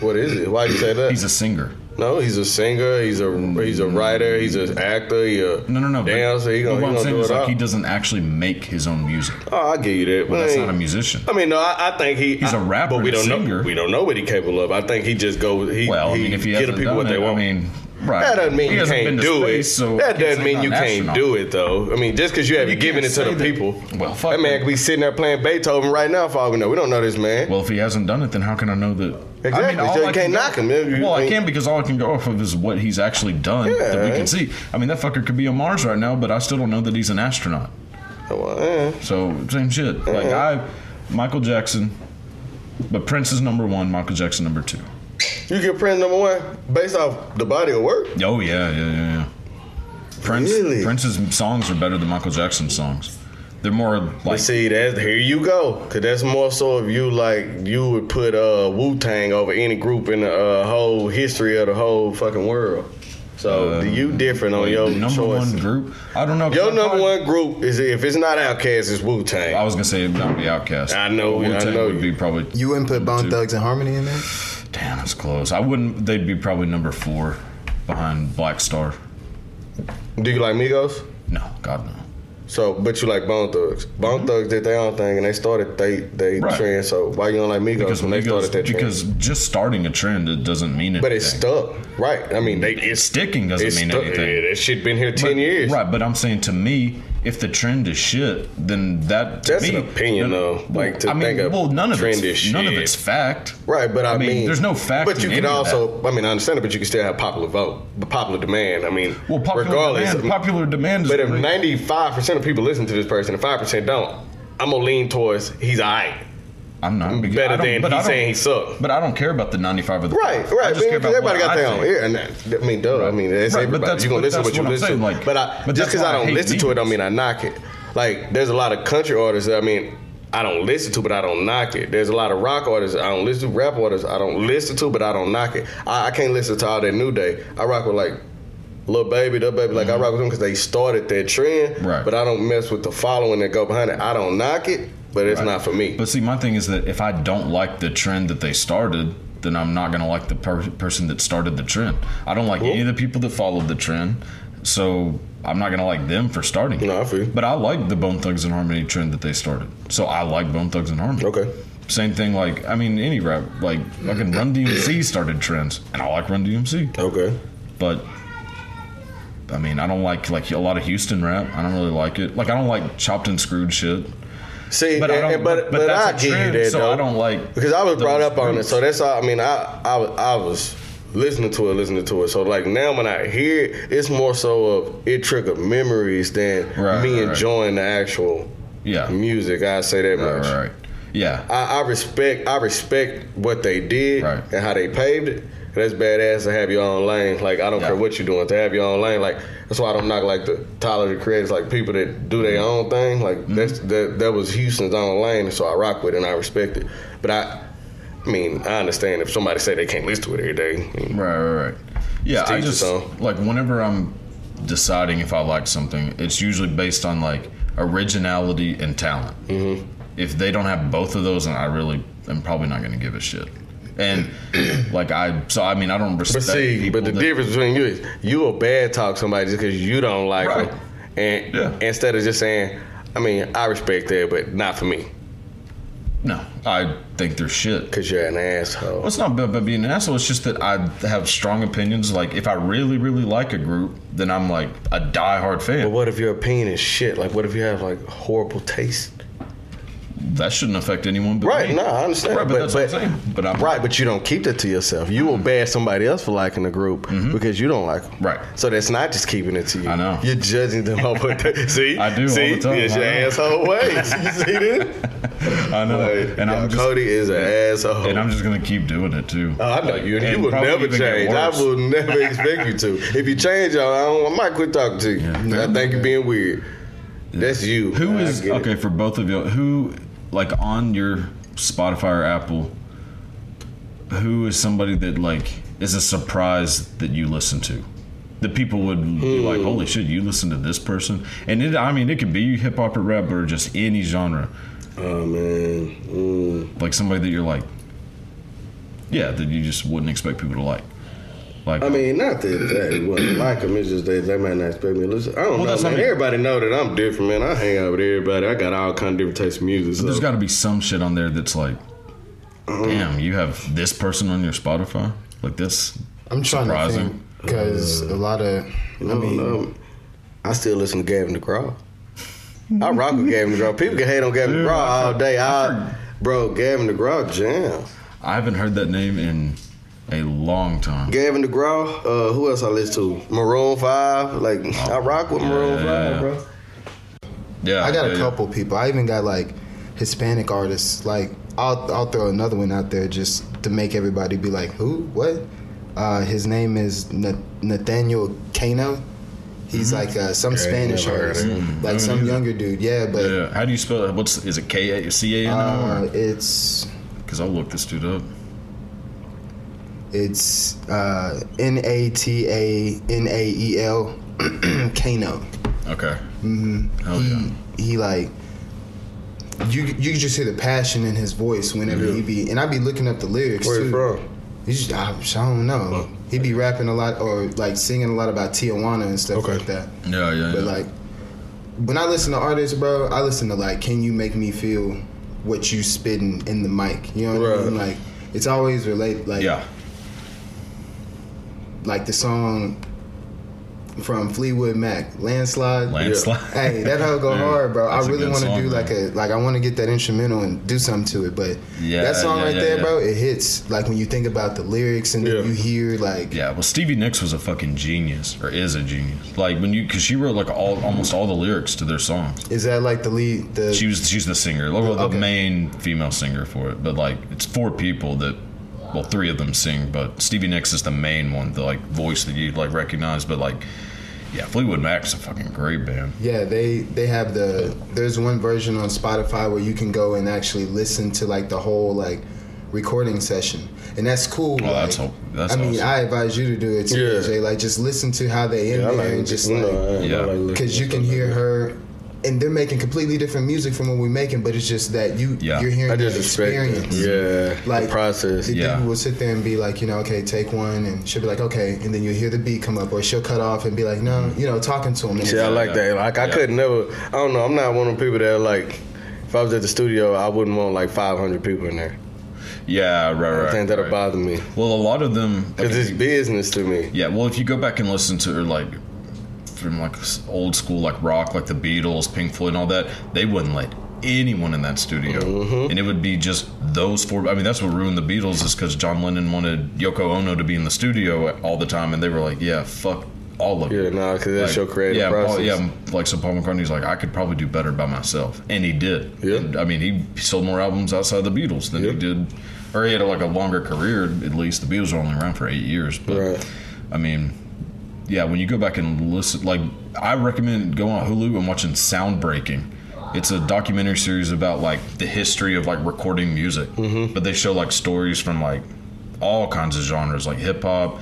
C: What is it? Why you say that?
B: He's a singer.
C: no, he's a singer. He's a he's a writer. He's an actor. He a
B: No, no, no. but-
C: dancer. He
B: but what
C: gonna, he
B: I'm
C: gonna
B: saying
C: do
B: is
C: it
B: like
C: all.
B: he doesn't actually make his own music.
C: Oh, I give you that. But
B: That's
C: I
B: not a
C: ain't-
B: musician.
C: I mean, no, I, I think he.
B: He's a
C: I-
B: rapper
C: but we
B: and a
C: don't know.
B: singer.
C: We don't know what he's capable of. I think he just go. He,
B: Well,
C: he
B: I mean, if he
C: give
B: hasn't
C: the
B: done
C: people what
B: it,
C: they want.
B: I mean, Right.
C: That doesn't mean
B: He
C: you
B: hasn't
C: can't
B: been to
C: do
B: space,
C: it.
B: so I
C: that
B: can't
C: doesn't
B: say
C: mean
B: not
C: you can't
B: national.
C: do it though. I mean, just because you haven't
B: You
C: given
B: can't
C: it to the
B: say that-
C: people.
B: Well, fuck
C: that man
B: that.
C: could be sitting there playing Beethoven right now for all we know. We don't know this man.
B: Well, if he hasn't done it, then how can I know that?
C: Exactly, so you can't
B: go-
C: knock him, man. You-
B: well, I
C: you-
B: can because all I can go off of is what he's actually done that we
C: Yeah.
B: can see. I mean, that fucker could be on Mars right now, but I still don't know that he's an astronaut.
C: Well, eh.
B: So same shit. Like
C: Mm-hmm.
B: I, Michael Jackson, but Prince is number one. Michael Jackson number two.
C: You get Prince number one based off the body of work.
B: Oh yeah, yeah, yeah, yeah. Prince
C: Really?
B: Prince's songs are better than Michael Jackson's songs. They're more
C: But
B: like
C: see, that's here you go, cause that's more so if you like you would put uh, Wu Tang over any group in the uh, whole history of the whole fucking world. So
B: Uh,
C: you different on your
B: number
C: choice.
B: one group. I don't know. 'cause
C: Your
B: I
C: number
B: probably-
C: one group is if it's not Outkast, it's Wu
B: I
C: Tang.
B: was gonna say it would not be Outcast.
C: I know, I know
B: Would be
C: you.
B: probably
D: You wouldn't put Bone
B: Two.
D: Thugs and Harmony in there?
B: Damn, that's close. I wouldn't. They'd be probably number four behind Black Star.
C: Do you like Migos?
B: No, God no.
C: So, but you like Bone Thugs. Bone Thugs did their own thing, and they started they they
B: Mm-hmm. Right.
C: trend. So why you don't like Migos
B: Because
C: when they
B: Migos-
C: started that trend?
B: because just starting a trend it doesn't mean anything.
C: but it's stuck, right? I mean, they it's
B: sticking doesn't
C: it's
B: mean
C: stuck.
B: anything.
C: Yeah, that shit been here ten
B: But-
C: years.
B: Right, but I'm saying to me, if the trend is shit, then that to
C: That's
B: me,
C: an opinion,
B: then-
C: though, like, to
B: I mean,
C: think a
B: well, none of
C: trend
B: it's
C: is
B: none of
C: shit.
B: it's fact.
C: Right, but I,
B: I mean, there's no fact
C: But
B: in
C: you can
B: any of
C: also, I mean, I understand it, but you can still have popular vote, but popular demand. I mean,
B: Well, popular
C: regardless,
B: demand, popular demand is.
C: but if
B: great.
C: ninety five percent of people listen to this person and five percent don't, I'm gonna lean towards he's alright.
B: I'm not because
C: better
B: I don't-
C: than
B: but I
C: he
B: don't-
C: saying he suck.
B: But I don't care about the 95 of the
C: Right,
B: I
C: right.
B: just care
C: Because
B: about what
C: everybody got
B: I
C: their own
B: think.
C: ear, and that, I mean, duh. I mean, that's
B: Right, but
C: everybody.
B: that's-
C: you gonna
B: but
C: listen
B: that's
C: to what you
B: what I'm
C: listen.
B: saying,
C: to.
B: like-
C: but I,
B: but
C: just
B: that's
C: because
B: why
C: I
B: I
C: don't
B: hate
C: listen to it, don't
B: Migos.
C: mean I knock it. Like, there's a lot of country artists. That, I mean, I don't listen to, but I don't knock it. There's a lot of rock artists. I don't listen to rap artists. I don't listen to, but I don't knock it. I, I can't listen to all that new day. I rock with like. Little baby, little baby, like I rock with them because they started that trend.
B: Mm-hmm. Right.
C: But I don't mess with the following that go behind it. I don't knock it, but it's not for me.
B: But see, my thing is that if I don't like the trend that they started, then I'm not going to like the per- person that started the trend. I don't like
C: Mm-hmm.
B: any of the people that followed the trend, so I'm not going to like them for starting it.
C: No, I feel you.
B: But I like the Bone Thugs and Harmony trend that they started, so I like Bone Thugs and Harmony.
C: Okay.
B: Same thing, like I mean, any rap, like fucking Run DMC started trends, and I like Run DMC,
C: Okay.
B: but. I mean, I don't like like a lot of Houston rap. I don't really like it. Like, I don't like chopped and screwed shit.
C: See,
B: But
C: and,
B: I don't.
C: and- Eh, but, but,
B: that's
C: I
B: a
C: give you
B: trend,
C: that
B: so
C: though.
B: I don't like
C: because I was brought
B: those
C: up on it.
B: groups.
C: So that's all. I mean, I I, was- I was listening to it, listening to it. So like now when I hear it, it's more so of it triggered memories than
B: Right,
C: me
B: right, right.
C: enjoying the actual
B: yeah.
C: music. I say that
B: Right,
C: much.
B: right, right. Yeah.
C: I, I respect I respect what they did
B: Right.
C: and how they paved it. That's badass to have your own lane. Like I don't
B: Yeah.
C: care what you're doing, to have your own lane. Like that's why I don't knock like the Tyler the creators, like people that do
B: Mm-hmm.
C: their own thing. Like that's that that was Houston's own lane, so I rock with it and I respect it. But I, I mean, I understand if somebody say they can't listen to it every day. I mean,
B: Right, right, right. Yeah, I
C: Stage
B: just
C: yourself.
B: like whenever I'm deciding if I like something, it's usually based on like originality and talent. Mm-hmm. If they don't have both of those, then I really am probably not going to give a shit. And like I, so I mean, I don't
C: But
B: respect.
C: see,
B: people
C: but the
B: that-
C: difference between you is you will bad talk somebody just because you don't like
B: Right.
C: them, and
B: Yeah.
C: instead of just saying, I mean, I respect that, but not for me.
B: No, I think they're shit.
C: Cause you're an asshole.
B: Well, it's not about being an asshole. It's just that I have strong opinions. Like, if I really, really like a group, then I'm like a diehard
C: But
B: fan.
C: what if your opinion is shit? Like, what if you have like horrible taste?
B: that shouldn't affect anyone. But
C: Right?
B: me.
C: No, I understand.
B: Right, but, that's what I'm saying. But I'm
C: Right, but you don't keep that to yourself. You will bad somebody else for liking the group because you don't like them.
B: Mm-hmm. Right.
C: So that's not just keeping it to you.
B: I know.
C: You're judging them over. Th- see,
B: I do all
C: See,
B: the time.
C: It's your
B: I know.
C: asshole ways. You see this?
B: I know,
C: Like,
B: and
C: yeah,
B: I'm just,
C: Cody is an asshole.
B: and I'm just gonna keep doing it too.
C: Oh, I know you. You
B: And
C: will
B: probably
C: never
B: even get
C: change. I
B: worse.
C: will never expect you to. If you change, I, don't, I might quit talking to you. I think you're being weird. That's you.
B: Who
C: I
B: is
C: get it.
B: okay for both of you? Who like on your Spotify or Apple? Who is somebody that like is a surprise that you listen to? That people would be
C: Hmm.
B: like, "Holy shit, you listen to this person!" And it, I mean, it could be hip hop or rap or just any genre.
C: Oh man. Mm.
B: Like somebody that you're like, yeah, that you just wouldn't expect people to like. Like,
C: I mean, not that they wasn't like them. It's just that they might not expect me to listen. I don't know,
B: that's
C: man.
B: what I mean.
C: Everybody know that I'm different, man. I hang out with everybody. I got all kind of different types of music.
B: There's
C: So.
B: got to be some shit on there that's like,
D: Uh-huh.
B: damn, you have this person on your Spotify, like this.
D: I'm trying
B: Surprising.
D: to think. because a lot of I
C: I
D: mean,
C: mean, I still listen to Gavin DeGraw. I rock with Gavin DeGraw. People can hate on Gavin
B: Dude,
C: DeGraw
B: I
C: all
B: for-
C: day.
B: I
C: I, bro, Gavin DeGraw jam.
B: I haven't heard that name in a long time.
C: Gavin DeGraw. Uh, who else I listen to? Maroon Five. Like I rock with Maroon
B: yeah.
C: Five, bro.
B: Yeah,
D: I
B: yeah,
D: got a
B: yeah.
D: couple people. I even got like Hispanic artists. Like I'll I'll throw another one out there just to make everybody be like, who? What? Uh, his name is Na- Nathaniel Cano. He's like uh, some Spanish
C: never heard
D: artist,
C: of
D: like some younger dude. Yeah, but
B: Yeah, How do you spell it? What's is it K A C A N
D: uh,
B: O?
D: it's
B: Because I'll look this dude up.
D: it's uh, N A T A N A E L Cano.
B: Okay. Mm-hmm. Hell
D: Hmm.
B: yeah.
D: he like you you can just hear the passion in his voice whenever he be and I be looking up the lyrics
C: Where
D: too.
C: you from?
D: He's, I, I don't know. He be rapping a lot or like singing a lot about Tijuana and stuff
C: Okay.
D: like that.
B: Yeah, yeah, yeah.
D: But like when I listen to artists, bro, I listen to like, can you make me feel what you spitting in the mic? You know what I
C: Right.
D: mean? Like it's always relate like
B: yeah.
D: like the song from Fleetwood Mac, Landslide.
B: Landslide.
D: Hey, that hoe go
B: Dude,
D: hard, bro. I
B: that's a
D: really
B: good
D: want to
B: song,
D: do like
B: man.
D: a like I want to get that instrumental and do something to it. But
B: Yeah,
D: that song
B: yeah,
D: right
B: yeah,
D: there,
B: yeah.
D: bro, it hits. Like when you think about the lyrics and
C: Yeah.
D: you hear like
B: Yeah, well, Stevie Nicks was a fucking genius, or is a genius. Like when you, because she wrote like all almost all the lyrics to their songs.
D: is that like the lead the
B: She was she's the singer, well, the
D: Okay.
B: main female singer for it. But like it's four people that, well, three of them sing, but Stevie Nicks is the main one, the like voice that you like recognize. But like, yeah, Fleetwood Mac's a fucking great band.
D: yeah they they have the there's one version on Spotify where you can go and actually listen to like the whole like recording session and that's cool.
B: Oh, that's
D: like,
B: ho- that's
D: I mean,
B: awesome.
D: I advise you to do it too,
C: Yeah.
D: Jay. Like just listen to how they in
C: Yeah, I
D: there
C: like
D: and just like.
B: Yeah.
D: because you can hear her and they're making completely different music from what we're making but it's just that you
B: Yeah.
D: you're hearing
C: I just
D: the
C: respect it.
D: experience
C: Yeah,
D: Like-
C: the process.
D: The
B: Yeah.
D: dude will sit there and be like, you know, okay, take one, and she'll be like, okay, and then you'll hear the beat come up, or she'll cut off and be like, no, you know, talking to him. And
C: See, I like
B: Yeah.
C: that. Like, I could never. I don't know. I'm not one of the people that like. If I was at the studio, I wouldn't want like 500 people in there.
B: Yeah, right, right.
C: I think that'll
B: right.
C: bother me
B: Well, a lot of them.
C: because it's business to me.
B: Yeah, well, if you go back and listen to or like from like s- old school like rock, like the Beatles, Pink Floyd, and all that, they wouldn't let anyone in that studio,
C: Mm-hmm.
B: and it would be just those four. I mean, that's what ruined the Beatles is because John Lennon wanted Yoko Ono to be in the studio all the time, and they were like, "Yeah, fuck all of
C: Yeah,
B: you."
C: no, because that's
B: Like,
C: your creative
B: yeah,
C: process.
B: Paul, yeah, like so. Paul McCartney's like, I could probably do better by myself, and he did.
C: Yeah.
B: And, I mean, he sold more albums outside the Beatles than
C: Yeah.
B: he did, or he had like a longer career. At least the Beatles were only around for eight years, but
C: Right.
B: I mean, yeah, when you go back and listen, like I recommend going on Hulu and watching Sound Breaking. It's a documentary series about like the history of like recording music, but they show like stories from like all kinds of genres, like hip hop,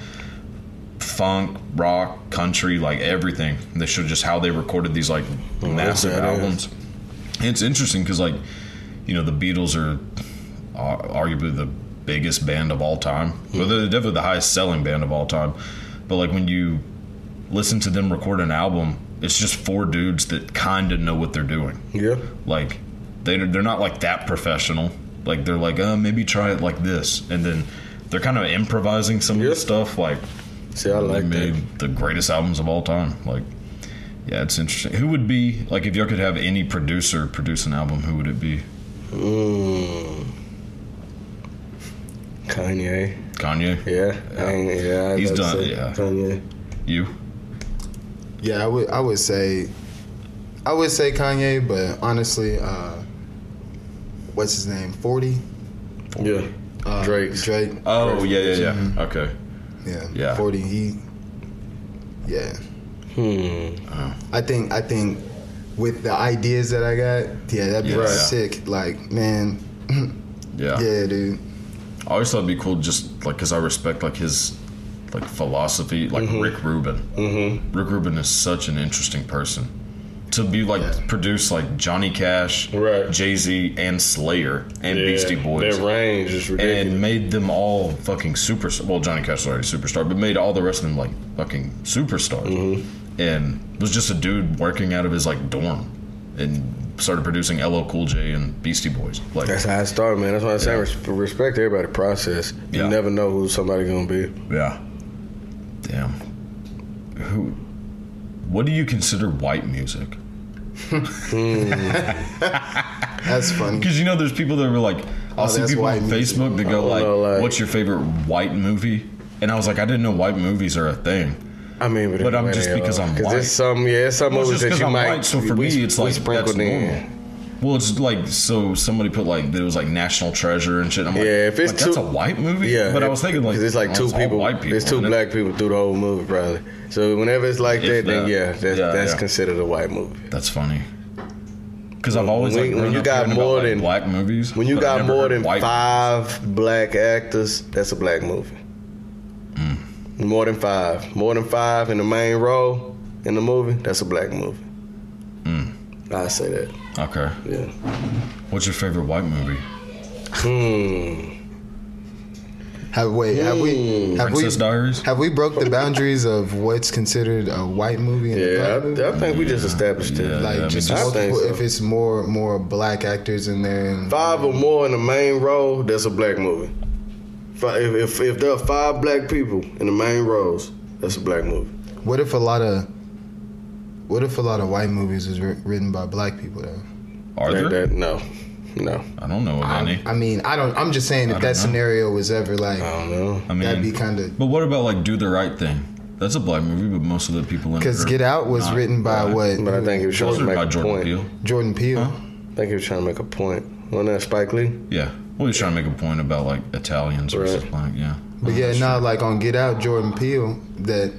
B: funk, rock, country, like everything. And they show just how they recorded these like massive
C: badass.
B: albums. It's interesting because like you know the Beatles are ar- arguably the biggest band of all time. Well, they're definitely the highest selling band of all time. But like when you listen to them record an album, it's just four dudes that kind of know what they're doing.
C: Yeah.
B: Like they they're not like that professional. Like they're like, uh, maybe try it like this, and then they're kind of improvising some of
C: Yeah.
B: the stuff. Like
C: See, I
B: they
C: like
B: made
C: that.
B: the greatest albums of all time. Like, yeah, it's interesting. Who would be like if you could have any producer produce an album? Who would it be?
C: Mm. Kanye.
B: Kanye,
C: Yeah. I ain't- yeah I'd
B: He's
C: have to
B: done-
C: say
B: yeah.
C: Kanye.
B: you.
D: yeah, I would, I would say, I would say Kanye, but honestly, uh, what's his name? Forty.
C: Yeah.
D: Uh,
C: Drake's.
D: Drake.
B: Oh yeah, yeah, yeah.
C: Mm-hmm.
B: Okay.
D: Yeah.
B: Yeah.
D: Forty. He. Yeah.
C: Hmm.
B: Uh.
D: I think I think with the ideas that I got, yeah, that'd be
B: Yeah.
D: sick. Like, man,
B: Yeah.
D: yeah, dude.
B: I always thought it'd be cool, just like because I respect like his like philosophy, like Rick Rubin. Mm-hmm. Rick Rubin is such an interesting person. To be like produce like Johnny Cash,
C: Right.
B: Jay Z, and Slayer and
C: Yeah,
B: Beastie Boys,
C: Their range is ridiculous.
B: and made them all fucking super. Well, Johnny Cash was already a superstar, but made all the rest of them like fucking superstars.
C: Mm-hmm.
B: And was just a dude working out of his like dorm, and started producing LL Cool J and Beastie Boys. Like
C: That's how I start, man. That's why I say res- respect everybody process. You
B: Yeah.
C: never know who somebody gonna be.
B: Yeah. Damn. who? What do you consider white music?
D: That's funny.
B: Because you know, there's people that were like, I'll
D: Oh,
B: see
D: that's
B: people on
D: white music.
B: Facebook that go
C: Oh,
B: like,
C: no, like-
B: "What's your favorite white movie?" And I was like, I didn't know white movies are a thing.
C: I mean, but,
B: But I'm
C: anyway,
B: just
C: uh,
B: because I'm white.
C: there's some, yeah, it's some
B: Well, it's just
C: movies that
B: because
C: you
B: I'm
C: might.
B: white, so for
C: we,
B: me, it's
C: we
B: like that's
C: sprinkled
B: normal.
C: in.
B: Well, it's like so somebody put like that it was like National Treasure and shit. I'm like,
C: Yeah, if it's
B: like, that's
C: two-
B: a white movie.
C: Yeah,
B: but I
C: it-
B: was thinking like
C: 'cause it's like
B: well,
C: two
B: all
C: people,
B: white people.
C: It's two
B: and it-
C: black people through the whole movie, probably. So whenever it's like
B: If
C: that, then
B: that.
C: yeah, that's,
B: Yeah,
C: that's
B: yeah.
C: considered a white movie.
B: That's funny. Because I've always
C: When-
B: like,
C: when
B: grown
C: you
B: up
C: got
B: hearing
C: more
B: about, like,
C: than-
B: black movies.
C: When you
B: but I
C: got
B: never
C: more
B: heard
C: than
B: white
C: five black actors, that's a black movie.
B: Mm.
C: More than five, more than five in the main role in the movie, that's a black movie.
B: Mm.
C: I say that.
B: movies. Okay,
C: Yeah.
B: what's your favorite white movie?
C: Hmm.
D: Have wait, have we have we
B: Princess Diaries.
D: have we broke the boundaries of what's considered a white movie? And a
C: Yeah,
D: black
C: I,
D: movie?
C: I think we just established it.
B: Yeah.
D: like
B: I mean,
D: just
B: just-
C: I think
D: multiple,
C: so.
D: if it's more more black actors in there. And,
C: Five or more in the main role, that's a black movie. Fi- If, if, if there are five black people in the main roles, that's a black movie.
D: what if a lot of what if a lot of white movies was writ- written by black people though?
B: Are
C: That-
B: there?
C: that- no, no,
B: I don't know of any.
D: I mean, I don't. I'm just saying if
B: don't
D: that
B: know.
D: scenario was ever like,
C: I don't know.
B: I mean,
D: that'd be kind of
B: But what about like Do the Right Thing? That's a black movie, but most of the people in it.
D: because
B: are
D: Get Out was
B: not
D: written by
B: black.
D: what
C: But I think he was trying
B: Those
C: to
B: are
C: make
B: by
C: a
B: Jordan
C: point.
B: Peele.
D: Jordan Peele.
C: I think he was trying to make a point. Wasn't that Spike Lee?
B: Yeah. Well, he's trying to make a point about like Italians versus
C: Right.
B: black. Yeah.
D: But yeah, now like on Get Out, Jordan Peele, that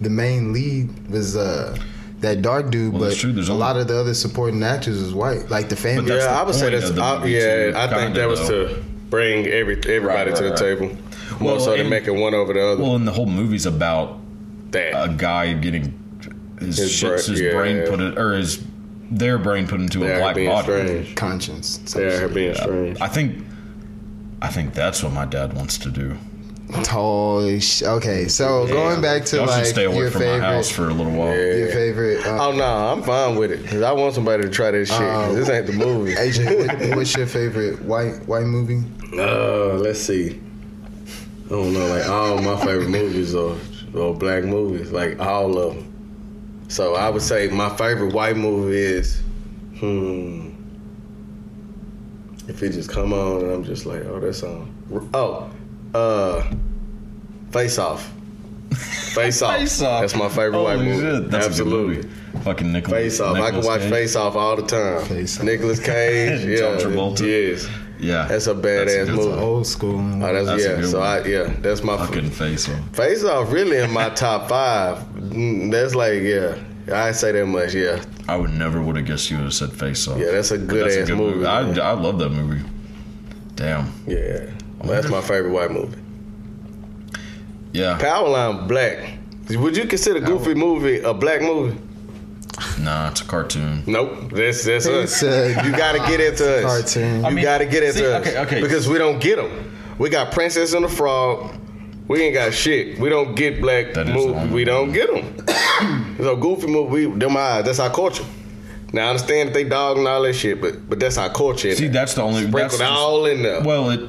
D: the main lead was uh that dark dude,
B: Well, that's
D: but
B: true, there's
D: a
B: only-
D: lot of the other supporting actors was white, like the family.
B: that's-
C: yeah,
B: the
C: I would say
B: point
C: that's.
B: of the
C: I,
B: movie,
C: yeah,
B: too,
C: I think
B: kinda,
C: that was
B: though.
C: to bring every everybody
B: Right,
C: to the
B: right, right.
C: table. More
B: Well,
C: so
B: and-
C: than making one over the other.
B: Well, uh, and the whole movie's about
C: that.
B: a guy getting his
C: His
B: shit,
C: bra-
B: his
C: yeah,
B: brain
C: yeah.
B: put it or his their brain put into a
C: they're
B: black
C: being
B: body.
C: strange.
D: conscience. some
C: They're
D: shit.
C: being strange.
B: I think. I think that's what my dad wants to do.
D: Tall. Sh- okay, so going back to
B: Y'all should
D: like
B: stay away
D: your
B: from
D: favorite,
B: my house for a little while.
D: your favorite. Uh,
C: Oh no, I'm fine with it because I want somebody to try this shit.
B: Uh,
C: 'cause this ain't the movie.
D: AJ, what, what's your favorite white white movie?
C: Uh, let's see. I don't know, like all my favorite movies are, are black movies, like all of them. So I would say my favorite white movie is, hmm, if it just come on and I'm just like, oh, that song. Oh, uh, Face Off. Face Off.
B: Face Off.
C: That's my favorite white
B: Holy
C: movie.
B: shit, that's
C: Absolutely.
B: a good movie. Fucking Nicholas.
C: Face Off. I can watch Face Off all the time.
D: Face Off.
C: Nicholas Cage.
B: John
C: yeah.
B: Travolta.
C: Yes.
B: Yeah,
C: That's a
B: good
C: badass movie.
B: one.
D: Old school.
C: Oh, that's,
B: That's a
C: yeah.
B: good
C: So
B: one.
C: I yeah, that's my
B: Fucking Face Off.
C: face off. Really in my top five. Mm, That's like yeah, I say that much. Yeah,
B: I would never would have guessed you would have said Face Off.
C: yeah, that's a good
B: That's
C: ass
B: a good
C: movie.
B: movie. I,
C: man.
B: I love that movie. Damn.
C: yeah, that's my favorite white movie.
B: Yeah.
C: Powerline Black. Would you consider Goofy movie a black movie?
B: Nah, it's a cartoon.
C: Nope. That's that's
D: He
C: us.
D: said-
C: you gotta get into us.
D: Cartoon.
C: You
D: I
B: mean,
C: gotta get into
B: see,
C: us.
B: okay, okay.
C: Because we don't get them. We got Princess and the Frog. We ain't got shit. We don't get black
B: That is the
C: movies.
B: only
C: We don't
B: one.
C: get them. so goofy movie. We, them eyes. That's our culture. Now I understand that they dog and all that shit, but but that's our culture. in
B: See,
C: there.
B: that's the only.
C: sprinkled
B: that's just-
C: all in there.
B: Well, it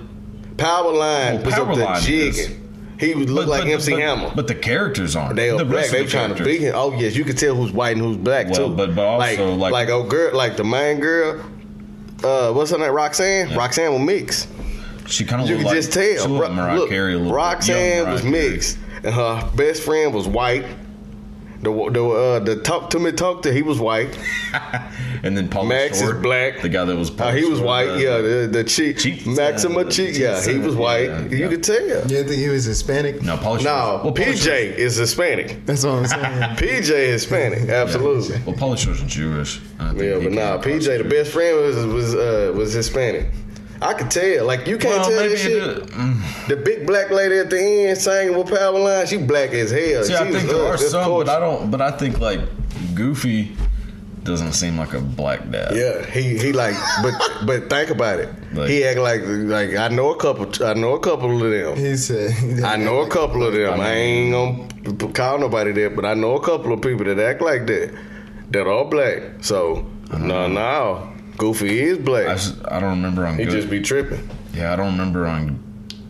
C: power line
B: Well,
C: was
B: Power
C: up there
B: Line is.
C: jigging. He would look like MC
B: but,
C: Hammer.
B: But the characters aren't.
C: They are
B: the
C: black.
B: rest
C: They
B: of the
C: trying to
B: characters.
C: be. Oh yes, you can tell who's white and who's black
B: Well,
C: too.
B: but- but also, like-
C: like oh girl, like the main girl. Uh, what's her name? Roxanne. Roxanne was mixed.
B: She kind of
C: You
B: looked
C: could
B: like
C: just tell.
B: She looked
C: Ro-
B: like Mariah
C: look,
B: Carey a little. bit.
C: Roxanne
B: Young Mariah
C: was
B: Carey.
C: mixed, and her best friend was white. The the uh, the talk to me talk to he was white.
B: And then Paul
C: Max
B: Short,
C: is black.
B: The guy that was.
C: Uh,
B: Paul
C: he was
B: Short,
C: white.
B: uh,
C: yeah, the, the cheek.
B: Cheek-
C: Maxima
B: uh,
C: cheek.
B: cheek
C: Yeah, he
B: side,
C: was white.
B: yeah,
C: you
B: yeah.
C: could tell.
D: You think he was Hispanic?
B: No, Paul Short.
C: Now
B: well, Paul Short-
C: PJ is Hispanic.
D: That's what I'm saying.
C: PJ is Hispanic. Absolutely.
B: Well, Paul Short's Jewish. I think
C: Yeah,
B: he
C: but
B: came
C: nah,
B: across
C: PJ, the
B: Jewish.
C: best friend was was uh, was Hispanic. I could tell, like you can't
B: Well,
C: tell
B: maybe
C: that shit.
B: it is. Mm.
C: The big black lady at the end singing with Power Line, she black as hell.
B: See,
C: she
B: I
C: was
B: think there
C: hood.
B: are
C: That's
B: some, but I
C: culture.
B: don't. But I think like Goofy doesn't seem like a black dad.
C: Yeah, he he like, but but think about it.
B: Like-
C: he act like like I know a couple. I know a couple of them.
D: he said.
C: I know a couple of them. I ain't gonna p- call nobody that, but I know a couple of people that act like that. That are black. So
B: Uh-huh.
C: no, no, Goofy is
B: I,
C: black.
B: just- I don't remember on.
C: He
B: Good,
C: just be tripping.
B: yeah, I don't remember on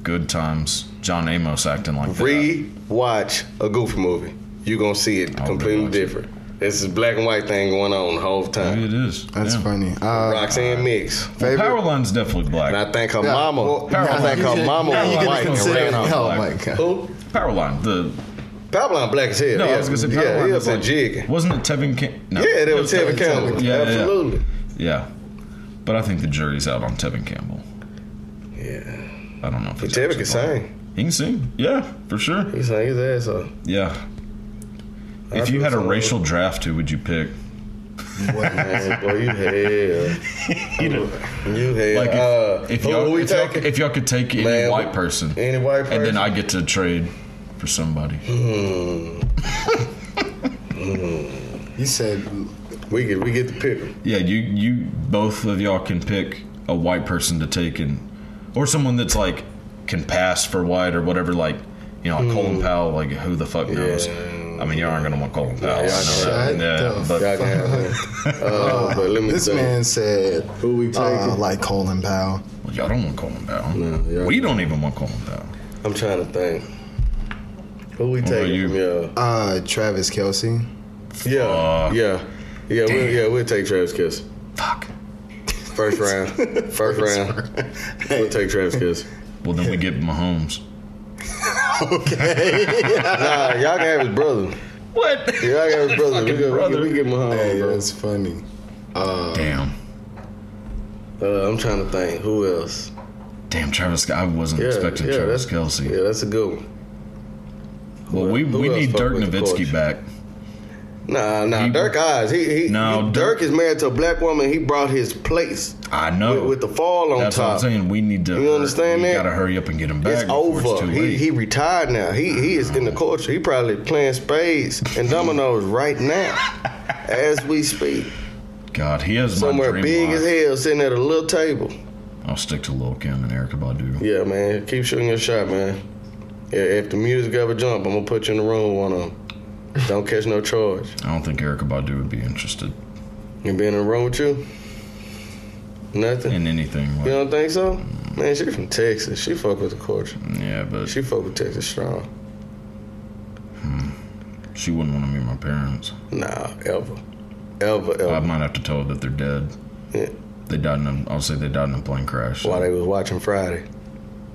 B: Good Times John Amos acting like that.
C: Re-watch a Goofy movie. you're gonna see it
B: I'll
C: completely
B: watch it.
C: different. It's a black and white thing going on the whole time.
B: Maybe it is.
D: That's
B: yeah.
D: funny. Uh,
C: Roxanne Mix.
D: favorite.
B: Powerline's definitely black.
C: And I think her
D: Yeah,
C: mama.
D: well,
C: I think her mama
D: now
C: was
D: you can
C: white and
D: consider-
C: ran off.
D: Oh
B: black.
D: my god.
C: Who?
B: Powerline. The
C: Babylon Black as hell.
B: no,
C: yeah.
B: I was gonna say
C: yeah,
B: Powerline.
C: he
B: was
C: was a
B: like-
C: jig.
B: Wasn't it Tevin? Cam- no.
C: Yeah, that was Tevin
D: Tevin Campbell.
C: Campbell.
B: Yeah, yeah, yeah.
C: Absolutely.
B: Yeah. But I think the jury's out on Tevin Campbell.
C: Yeah.
B: I don't know if he's
C: Tevin
B: actually
C: can
B: black.
C: sing.
B: He can sing. Yeah, for sure.
C: He sang his ass off.
B: Yeah.
C: I
B: If you
C: feel
B: had a
C: so.
B: racial draft, who would you pick?
C: Man, boy, you hell.
B: You know,
C: You hell.
B: like if,
C: uh,
B: if
C: who
B: y'all,
C: we
B: if, y'all,
C: taking?
B: if y'all could take any
C: Man,
B: white person,
C: Any white person?
B: and then I get to trade for somebody.
D: You said
C: we get we get to pick 'em.
B: Yeah, you you both of y'all can pick a white person to take and or someone that's like can pass for white or whatever, like you know, like
C: Hmm.
B: Colin Powell, like who the fuck knows? I mean y'all aren't gonna want Colin Powell,
C: y'all
B: I
D: shut
B: know that.
D: the
B: Yeah, but
C: Y'all can have that. Uh, but let me
D: this
C: think.
D: man said
C: Who we
D: uh,
C: taking?
D: like Colin Powell.
B: well, y'all don't want Colin Powell.
C: No, y'all
B: we
C: don't.
B: don't even want Colin Powell.
C: I'm trying to think. Who we
B: about
C: taking?
B: you?
C: from y'all?
D: Uh, Travis Kelsey.
C: Yeah,
B: Fuck.
C: yeah, yeah. We'll,
B: Damn.
C: yeah, we'll take Travis Kiss.
B: Fuck.
C: First round, first, round. We'll take Travis Kiss.
B: Well then we get Mahomes.
C: Nah, y'all can have his brother.
B: What?
C: Y'all can have his brother. We
B: Fucking
C: get,
B: brother.
C: We, get, we get
D: Hey,
C: Mahomes,
D: that's funny.
B: Damn.
C: bro. Uh, I'm trying to think. Who else?
B: Damn Travis I wasn't
C: Yeah,
B: expecting
C: yeah,
B: Travis
C: that's-
B: Kelsey.
C: Yeah, that's a good one.
B: well we,
C: who
B: we
C: else
B: need
C: fuck
B: Dirk
C: with the
B: Nowitzki
C: coach?
B: back.
C: Nah, nah.
B: He-
C: Dirk eyes. He, he,
B: No,
C: he-
B: Dirk-
C: Dirk is married to a black woman. He brought his place
B: I know
C: with, with the fall
B: Oh,
C: on
B: That's what I'm
C: top.
B: saying. We need to.
C: You understand
B: we
C: that?
B: Gotta hurry up and get him back.
C: It's
B: before
C: over.
B: too
C: he
B: late.
C: he retired now. He he is in the culture. He probably playing spades and dominoes right now, as we speak.
B: God, he has
C: Somewhere
B: my dream
C: big
B: life.
C: as hell, sitting at a little table.
B: I'll stick to Lil Kim and Erica Badu.
C: Yeah, man. Keep shooting your shot, man. Yeah, if the music ever jump, I'm gonna put you in the room with one of them. Don't catch no charge.
B: I don't think Erica Badu would be interested
C: You been in the room with you? Nothing.
B: in anything.
C: You
B: Like,
C: don't think so? Man, she from Texas. She fuck with the culture.
B: yeah, but
C: She fuck with Texas strong.
B: she wouldn't want to meet my parents.
C: Nah, ever, ever, ever.
B: I might have to tell her that they're dead.
C: Yeah.
B: They died in. A, I'll say they died in a plane crash.
C: While they was watching Friday.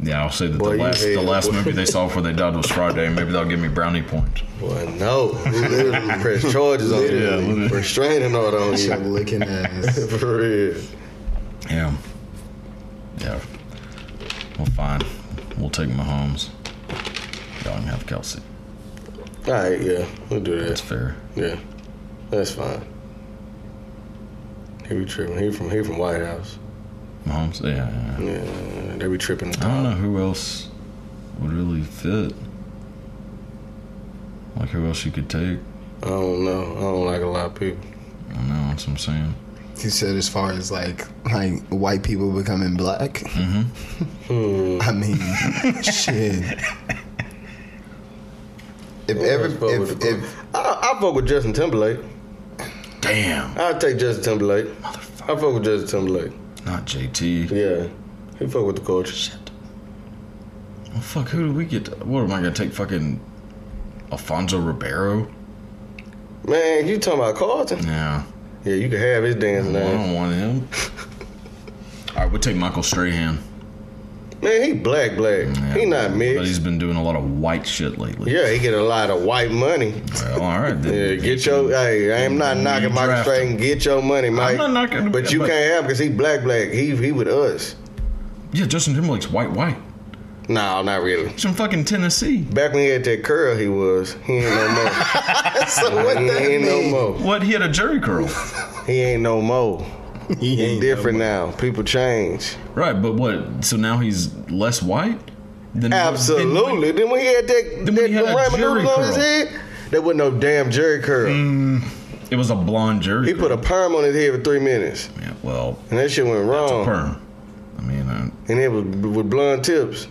B: Yeah, I'll say that
C: Boy,
B: the
C: you
B: last the
C: hell,
B: last
C: boy.
B: movie they saw before they died was Friday. and Maybe they'll give me brownie points.
C: Well, no. Literally press charges on
B: Literally.
C: you. Restraining order on
D: Like
C: you.
D: licking ass.
C: For real.
B: Yeah. Yeah. Well, fine. We'll take Mahomes. Y'all can have Kelsey.
C: All right, yeah. We'll do
B: That's
C: that.
B: fair.
C: Yeah. That's fine. He be tripping. He from he from White House.
B: Mahomes. Yeah. yeah, yeah.
C: Yeah, they be tripping. The
B: I don't know
C: time.
B: who else would really fit. Like who else you could take.
C: I don't know. I don't like a lot of people.
B: I don't know. That's what I'm saying.
D: You said as far as like like white people becoming black. I mean, shit.
C: Hmm.
D: If every
C: I fuck with
D: if,
C: the-
D: if
C: I, I fuck with Justin Timberlake.
B: Damn.
C: I take Justin Timberlake. I fuck with Justin Timberlake.
B: Not JT.
C: Yeah, he fuck with the culture.
B: Well, fuck. Who do we get? To, what am I gonna take? Fucking Alfonso Ribeiro.
C: Man, you talking about Carlton?
B: Yeah.
C: Yeah, you can have his dancing
B: I
C: ass.
B: don't want him. All right, we'll take Michael Strahan.
C: Man, he black, black.
B: Yeah.
C: He not mixed.
B: But he's been doing a lot of white shit lately.
C: Yeah, he get a lot of white money.
B: Well, all right. Then.
C: Yeah, get your. Hey, I am not
B: You
C: knocking Michael
B: draft
C: Straight. Get your money, Mike.
B: not knocking-
C: But you
B: but-
C: can't have because he black, black. He he with us.
B: Yeah, Justin Timberlake's white, white.
C: No, not really.
B: He's from fucking Tennessee.
C: Back when he had that curl, he was. He ain't no more.
D: so what
C: he
D: that
C: ain't no
D: mean?
C: more.
B: What? He had a jury curl.
C: He ain't no more.
D: He
C: He
D: ain't
C: different now. People change.
B: Right, but what? So now he's less white than he was- than he-
C: Absolutely. Then when he had that,
B: Then
C: that
B: when he had a
C: Raymond
B: jerry
C: Noodles on his
B: curl. Mm.
C: head, there wasn't no damn jerry curl.
B: It was a blonde jury.
C: He put a perm on his head for three minutes,
B: curl. Yeah, well,
C: and that shit went wrong.
B: perm. I mean, uh,
C: And it was with blonde tips.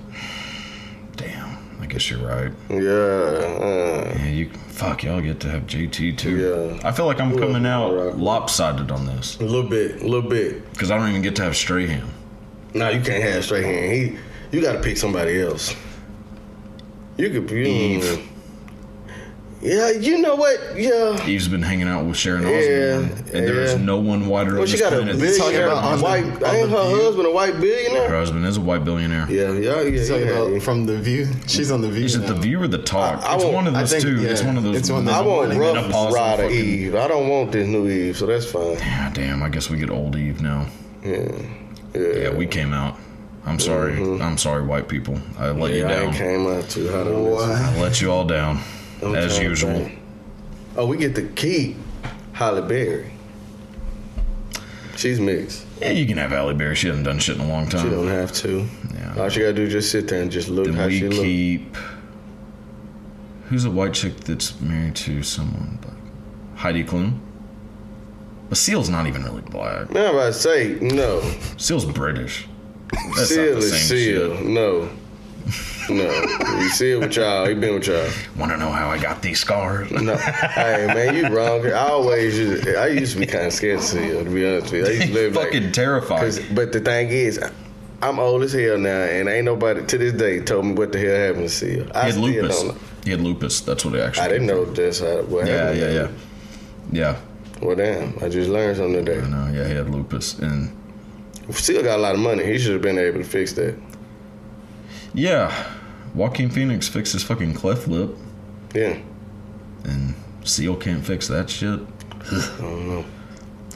B: damn. I guess you're right.
C: Yeah. uh,
B: Yeah, you fuck y'all get to have JT too.
C: Yeah.
B: I feel like I'm coming out
C: alright.
B: lopsided on this
C: A little bit, a little bit.
B: because I don't even get to have Strahan.
C: No, you can't have straight hand. He, you got to pick somebody else. You could, you,
B: Eve.
C: Yeah, you know what? Yeah.
B: Eve's been hanging out with Sharon Osbourne,
C: Yeah,
B: and there is
C: yeah.
B: no one whiter
C: Well,
B: on
C: she
B: this
C: got a
B: planet.
C: billionaire
D: about on the-
C: white.
D: on
C: ain't
D: the
C: her
D: view?
C: husband a white
B: Her
C: billionaire?
B: husband is a white billionaire.
C: Yeah, yeah, yeah.
D: Talking
C: yeah, yeah.
D: about from the view. She's on the view.
B: Is it
D: now.
B: the view or the talk?
C: I- I
B: it's
C: won't-
B: one of
D: I
B: those
D: think-
B: two.
D: yeah.
B: It's one of those.
D: It's one of
C: I
D: those-
C: want
D: Morning
C: rough
B: menopause
C: rider
B: fucking-
C: Eve. I don't want this new Eve, so that's fine.
B: Ah, damn, I guess we get old Eve now. Yeah. Yeah, we came out. I'm sorry. I'm sorry, white people. I let
C: Mm-hmm. Yeah, I
B: you
C: ain't
B: down.
C: came out too hot on this.
B: I
D: Boy.
B: let you all down,
C: I'm
B: as
C: trying to
B: usual.
C: think. Oh, we get to keep Holly Berry. She's mixed.
B: Yeah, you can have Halle Berry. She hasn't done shit in a long
C: She
B: time.
C: don't have to.
B: Yeah.
C: All she gotta do is just sit there and just look
B: Then
C: how
B: we
C: she look.
B: keep. Who's a white chick that's married to someone black? Heidi Klum. Basile's not even really black.
C: Now I'm about to say no.
B: Basile's British. That's
C: seal
B: not the
C: is
B: same
C: seal.
B: shit.
C: No, no. He seal with y'all. He been with y'all.
B: Want to know how I got these scars?
C: No. Hey man, you wrong. I always used. I used to be kind of scared of seal. To be honest with you, I used to live like-
B: fucking terrified.
C: 'Cause- but the thing is, I'm old as hell now, and ain't nobody to this day told me what the hell happened to Seal. I
B: He had
C: still
B: lupus.
C: don't know.
B: He had lupus. That's what it actually.
C: I didn't know that's how what
B: Yeah,
C: happened.
B: yeah, yeah, yeah.
C: Well, damn, I just learned something today.
B: I know. Yeah, he had lupus, and
C: Seal got a lot of money. He should have been able to fix that.
B: yeah, Joaquin Phoenix fixed his fucking cleft lip,
C: Yeah.
B: and Seal can't fix that shit.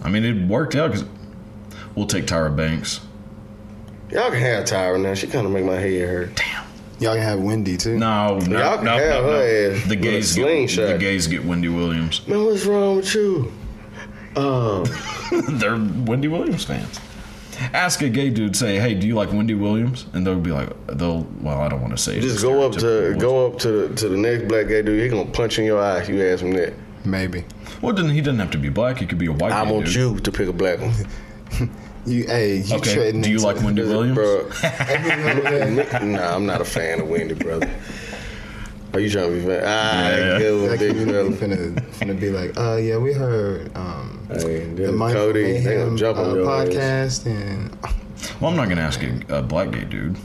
B: I mean, it worked out because we'll take Tyra Banks.
C: Y'all can have Tyra now. She kind of make my head hurt.
D: Y'all can have Wendy too.
B: No, no,
C: Y'all
B: no,
C: can
B: no,
C: have
B: no.
C: her ass
B: The
C: with a
B: gays get
C: slingshot.
B: the gays get Wendy Williams.
C: Man, what's wrong with you? Um,
B: They're Wendy Williams fans. Ask a gay dude, say, "Hey, do you like Wendy Williams?" And they'll be like, "They'll well, I don't want to say."
C: just go up to
B: stereotypical.
C: go up to the, to the next black gay dude. He gonna punch you in your eye. if You ask him that.
D: Maybe.
B: Well, didn't he doesn't have to be black. He could be a white.
C: I
B: gay
C: want
B: dude.
C: you to pick a black one.
D: You hey, you
B: Okay.
D: trading
B: Do you
D: into-
B: like Wendy Williams?
C: Bro, nah, I'm not a fan of Wendy, brother. Are you trying to be fan? Ah,
B: Yeah.
C: good one,
D: That
C: big
D: community
C: fella.
D: finna, finna be like, uh, yeah, we heard um,
C: Hey,
D: the
C: then
D: Mindful
C: Cody, they
D: Mayhem
C: gonna jump on
D: uh,
C: your ass.
D: podcast, and
B: Well, I'm not gonna ask a, a black gay dude.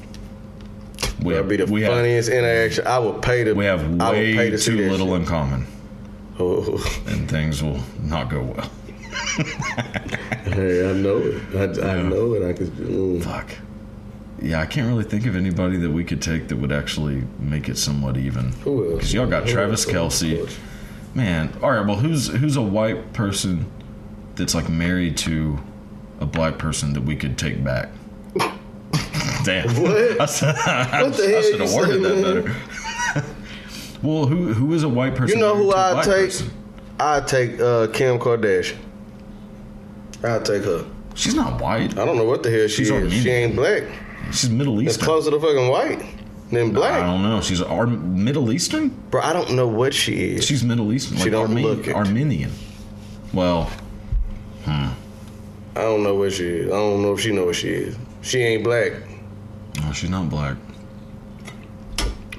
B: We
C: That'd be the
B: we
C: funniest interaction. I would pay to.
B: Have, we have
C: I would pay
B: way
C: to see
B: too
C: that
B: little
C: shit.
B: in common,
C: Oh,
B: and things will not go well.
C: hey, I know it. I, I know it. I could. Mm.
B: Fuck. Yeah, I can't really think of anybody that we could take that would actually make it somewhat even.
C: Who else?
B: Because y'all got
C: Who
B: Travis
C: else on the
B: Kelsey.
C: porch?
B: Man, all right. Well, who's who's a white person that's like married to a black person that we could take back? Damn.
C: What?
B: I, said- I,
C: What the hell
B: should have
C: you
B: worded
C: say,
B: that
C: man?
B: better. well, who who is a white person?
C: You know who
B: married to a
C: I
B: black
C: take?
B: person?
C: I take uh, Kim Kardashian. I take her.
B: She's not white.
C: I don't know what the hell she
B: She's
C: is. She
B: Armenian.
C: ain't black.
B: She's Middle
C: Uh, It's
B: Eastern.
C: closer to fucking white than
B: I
C: black.
B: don't know. She's Ar- Middle Eastern.
C: Bro, I don't know what she is.
B: She's Middle Eastern. Like
C: don't
B: Arme-
C: look it.
B: Armenian. Well,
C: I don't know what she is. I don't know if she know what she is. She ain't black,
B: no, she's not black.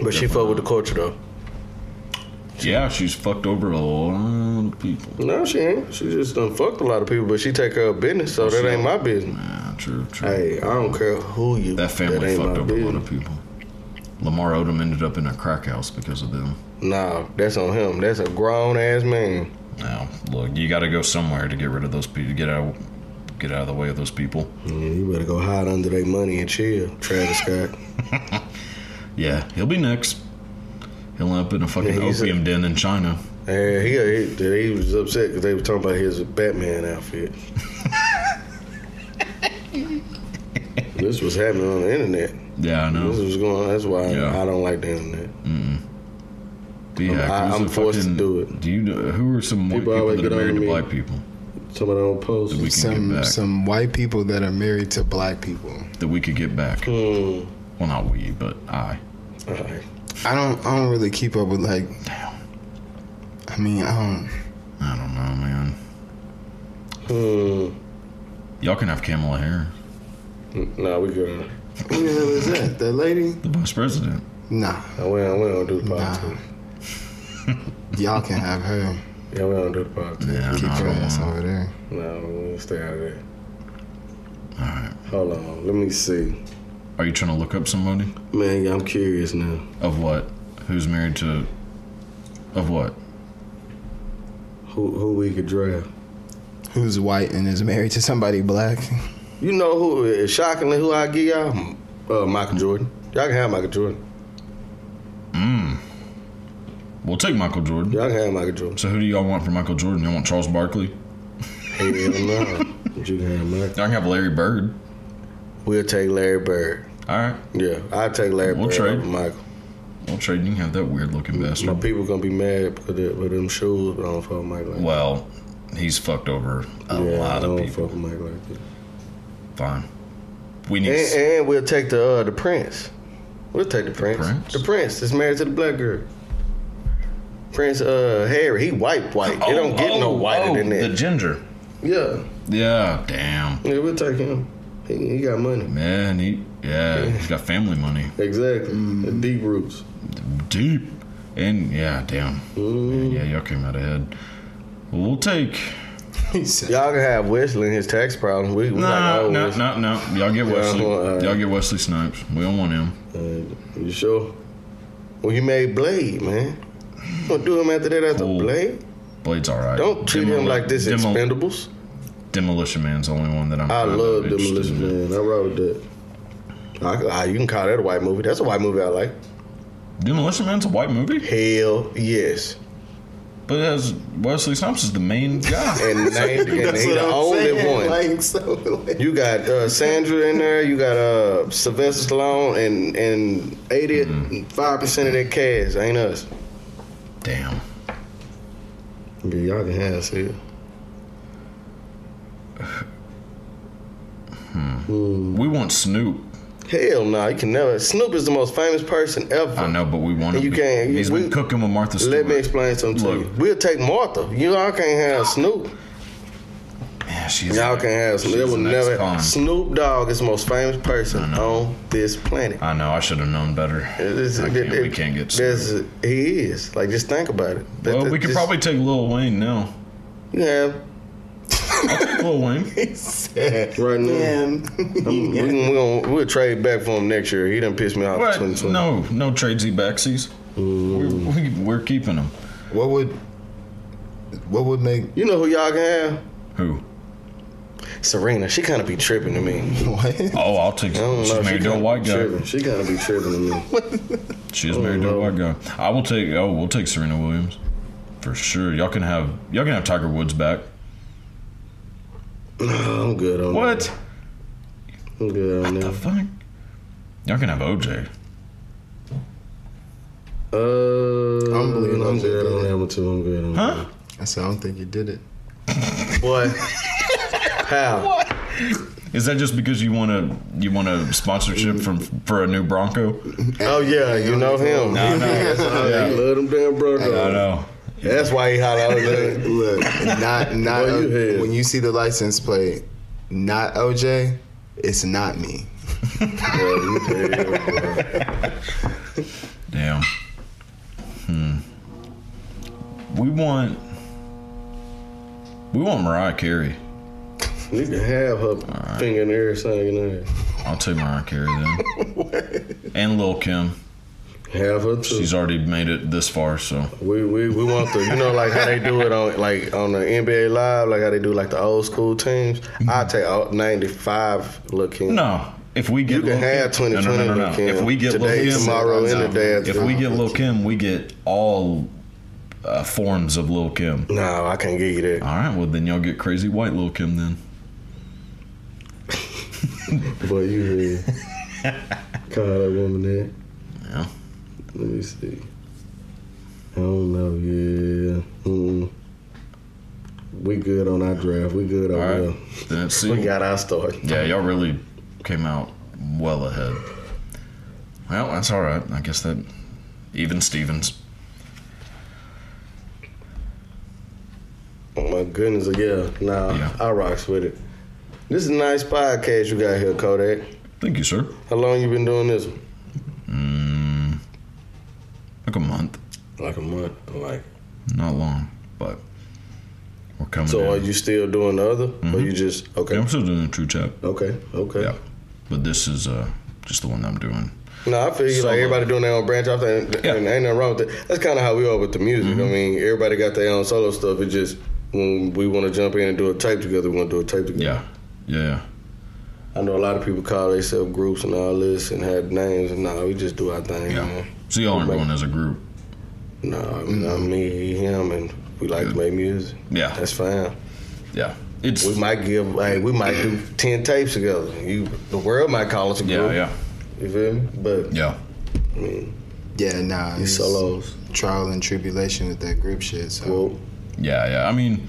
C: but she fuck with the culture though.
B: Yeah, she's fucked over a lot of people.
C: No, she ain't. She just done fucked a lot of people, but she take care of business,
B: Oh,
C: so that ain't my business.
B: Yeah, true, true.
C: Hey, I don't care who you.
B: That family
C: ain't
B: fucked
C: my
B: over a lot of people. Lamar Odom ended up in a crack house because of them.
C: Nah, that's on him. That's a grown ass man.
B: Now, look, you got to go somewhere to get rid of those people. Get out, get out of the way of those people.
C: Mm, you better go hide under their money and chill, Travis Scott.
B: Yeah, he'll be next. He'll end up in a fucking
C: Yeah, he's a-
B: opium den in China.
C: And he, he he was upset because they were talking about his Batman outfit. this was happening on the internet.
B: Yeah, I
C: This
B: know.
C: was going. That's why
B: Yeah.
C: I don't like the internet.
B: But yeah,
C: I-
B: who's
C: I'm
B: the
C: forced to do it.
B: Do you know who are some white
C: People
B: people,
C: always
B: that
C: get
B: are
C: on
B: married
C: to
B: to
C: me.
B: black people
C: Somebody on post.
B: that we can get
D: some
B: back?
D: some white people that are married to black people.
B: That we could get back.
C: Hmm.
B: Well, not we, but I.
C: All right.
D: I don't I don't really keep up with like. I mean, I don't.
B: I don't know, man.
C: Hmm.
B: Y'all can have Kamala Harris,
C: Nah, we good. on it.
D: Who the hell is that? That lady?
B: the vice president.
D: Nah,
C: Nah, we don't, we don't do the
D: Nah.
C: politics.
D: y'all can have her.
C: Yeah, we don't do the politics.
B: Yeah,
D: Keep
B: no, I
D: her
B: don't
D: ass
B: wanna-
D: over there.
C: Nah, we stay out of that.
B: All right.
C: Hold on. Let me see.
B: Are you trying to look up somebody?
C: Man, I'm curious now.
B: Of what? Who's married to? Of what?
C: Who who we could draft?
D: Who's white and is married to somebody black?
C: You know who? Shockingly, who I give y'all? Uh, Michael Jordan. Y'all can have Michael Jordan.
B: We'll take Michael Jordan.
C: Y'all can have Michael Jordan.
B: So who do y'all want for Michael Jordan? Y'all want Charles Barkley?
C: Hell no. But you can have Michael.
B: Y'all can have Larry Bird.
C: We'll take Larry Bird.
B: All right,
C: Yeah, I'll take Larry
B: We'll
C: Bird
B: trade.
C: over Michael.
B: we'll trade. You can have that weird looking
C: My
B: bastard.
C: people gonna be mad because of, with them shoes, but I don't fuck with Mike like that.
B: Well, he's fucked over a
C: yeah,
B: lot
C: I
B: of
C: don't
B: people.
C: fuck with Mike like that.
B: Fine. We need.
C: And, and we'll take the uh, the prince. We'll take the prince.
B: Prince?
C: The prince is married to the black girl. Prince uh, Harry, he white white. It don't get no whiter
B: oh,
C: than that.
B: The ginger.
C: yeah,
B: Yeah. Damn.
C: yeah, we'll take him. He, he got money.
B: Man, he. Yeah, he's got family money.
C: Exactly. Deep roots.
B: Deep. And yeah, damn.
C: Mm-hmm.
B: Yeah, y'all came out ahead. Well, we'll take.
D: He said,
C: Y'all can have Wesley and his tax problem. We, we
B: No,
C: like,
B: no,
C: oh,
B: no, no. Y'all get Wesley.
C: well, uh,
B: Y'all get Wesley Snipes. We don't want him.
C: Wesley. Uh, you sure? Well, you made Blade, man. You gonna do him after that after
B: Cool.
C: Blade?
B: Blade's all right.
C: Don't treat him
B: Demoli-
C: like this
B: Demo-
C: Expendables.
B: Demolition Man's the only one that I'm.
C: I
B: kind of
C: love
B: interested
C: Demolition
B: in.
C: Man. I rode with that. I, I, you can call that a white movie. That's a white movie I like.
B: Demolition Man's a white movie,
C: Hell yes.
B: but it has Wesley Snipes is the main guy.
C: And, named, and
D: That's
C: he
D: what
C: the
D: I'm
C: only
D: saying,
C: one.
D: Like, so, like,
C: you got uh, Sandra in there. You got uh, Sylvester Stallone and and eighty five percent of that cast ain't us.
B: Damn.
C: Yeah, y'all can have us here.
B: We want Snoop.
C: Hell no, you can never. Snoop is the most famous person ever.
B: I know, but we want him.
C: You
B: to-
C: can't-
B: He's
C: we-
B: been cooking with Martha Stewart.
C: Let me explain something
B: Look.
C: to you. We'll take Martha. You all can't have Snoop.
B: Yeah, she's.
C: Y'all can have Snoop. It
B: she's
C: will
B: an ex-con.
C: never. Snoop Dogg is the most famous person on this planet.
B: I know. I should have known better.
C: This-
B: I can't-
C: it-
B: we can't get Snoop.
C: this- He is like just think about it. That-
B: Well,
C: that-
B: we could
C: just-
B: probably take Lil Wayne now.
C: yeah
B: Lil Wayne.
C: right now. Um,
D: man.
C: We can, we gonna, we'll trade back for him next year. He done pissed me off. in
B: What?
C: 2020.
B: No, no tradesy backsies. We're, we, we're keeping him.
D: what would, what would make
C: You know who y'all can
B: Who?
C: have? Serena. She kind of be tripping to me.
D: what?
B: Oh, I'll take.
C: I don't
B: She's
C: know.
B: married
C: she
B: to a
C: kinda
B: white
C: be
B: guy.
C: Tripping. She kind of be tripping to me.
B: She is married to a
C: no.
B: white guy. I will take. Oh, we'll take Serena Williams for sure. Y'all can have. Y'all can have Tiger Woods back.
C: No, I'm good on that.
B: What?
C: I'm good on
B: The
C: that.
B: fuck? Y'all can have OJ.
C: Uh,
D: I'm
C: I'm,
D: believing I'm
C: good
D: good.
C: on that one too. I'm good on
B: Huh?
D: I said, I don't think you did it.
C: that. What? How?
B: Is that just because you want to you want a sponsorship from for a new Bronco?
C: Oh yeah, you know him.
B: No, no,
C: Uh, you love them damn Broncos.
B: I know.
C: That's why he hollered out there.
D: Look, not not
C: Boy, you
D: O-
C: had-
D: when you see the license plate, not OJ, it's not me.
B: Damn. Hmm. We want. We want Mariah Carey.
C: You can have her finger in the air, something in there.
B: I'll take Mariah Carey then. and Lil Kim.
C: Have her too.
B: She's already made it this far, so
C: we, we we want the you know like how they do it on like on the NBA live, like how they do like the old school teams. I take all ninety five looking.
B: Mm-hmm. no. If we get
C: You can
B: Lil
C: have
B: Kim,
C: 2020
B: no, no, no, no, no.
C: Lil'
B: If we get
C: Kim today,
B: Lil Kim,
C: tomorrow, and the day after
B: if we get
C: tomorrow.
B: Lil Kim, we get all uh, forms of Lil Kim.
C: No, I can't give you that.
B: All right, well then y'all get crazy white Lil Kim then. Uh-uh.
C: Boy, you here. Call that woman there.
B: Yeah.
C: Let me see. I don't know. Yeah. Mm. We good on our draft. We good on
B: All
C: there.
B: right, then it's
C: We
B: see.
C: got our start.
B: Yeah, y'all really came out well ahead. Well, that's all right. I guess that even Stevens.
C: Oh my goodness, yeah. Nah,
B: Yeah.
C: I rocks with it. This is a nice podcast you got here, Kodak.
B: Thank you, sir. Hmm.
C: How long you been doing this? one?
B: Like a month,
C: Like a month. Like.
B: not long, but we're coming.
C: So
B: in.
C: are you still doing the other, or you just
B: Mm-hmm.
C: okay?
B: Yeah, I'm still doing a True Chap.
C: Okay. Okay.
B: Yeah, but this is uh just the one I'm doing.
C: No, I feel you.
B: Solo.
C: Like everybody doing their own branch off, and,
B: Yeah. Mm-hmm.
C: and ain't nothing wrong with that. That's kind of how we are with the music. I mean, everybody got their own solo stuff. It just when we want to jump in and do a tape together, we want to do a tape together.
B: Yeah, yeah.
C: I know a lot of people call themselves groups and all this and have names. and Nah, we just do our thing.
B: Yeah.
C: Man.
B: So y'all aren't going as a group.
C: Nah, I mean, I'm me, him, and we like to make music.
B: Yeah.
C: That's fine.
B: yeah. It's
C: We might give, hey, we might do ten tapes together. You, the world might call us a
B: yeah,
C: group.
B: yeah,
C: You feel me? But
B: yeah.
C: I mean,
D: Yeah, nah.
C: it's
D: it's
C: solos.
D: Trial and tribulation with that group shit. So
C: Well,
B: Yeah, yeah. I mean,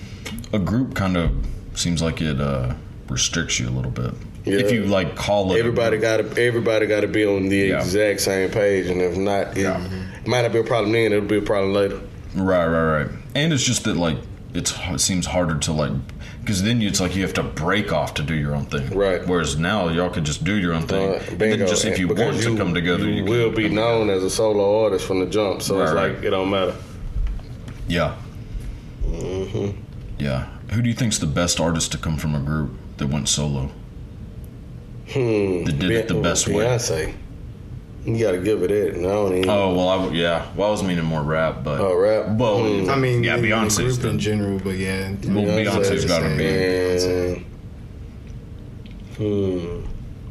B: a group kind of seems like it uh, restricts you a little bit. If
C: Yeah.
B: you like call it, a
C: everybody
B: group.
C: got to everybody got to be on the
B: Yeah.
C: exact same page, and if not, it
B: Yeah.
C: might not be a problem then. It'll be a problem later.
B: right, right, right. And it's just that like it's it seems harder to like because then it's like you have to break off to do your own thing.
C: Right.
B: Whereas now y'all could just do your own thing.
C: Uh,
B: And
C: bingo.
B: then just if
C: And
B: you
C: because
B: want to come together,
C: you,
B: you,
C: will
B: can.
C: be known as a solo artist from the jump. So it's
B: Right,
C: like
B: right.
C: it don't matter.
B: Yeah. Yeah. Who do you think's the best artist to come from a group that went solo?
C: Hmm.
B: That did it the
C: Be-
B: best way.
C: Beyonce. You gotta give it that. And I don't even.
B: Oh well, I w- yeah. Well, I was meaning more rap, but
C: Oh, rap?
B: Well,
C: Hmm.
D: I mean,
B: yeah,
D: in the
B: Beyonce's
D: group in
B: the,
D: general, but yeah.
B: well,
C: Beyonce
B: Beyonce's
C: is
B: got to be.
C: Man. Hmm.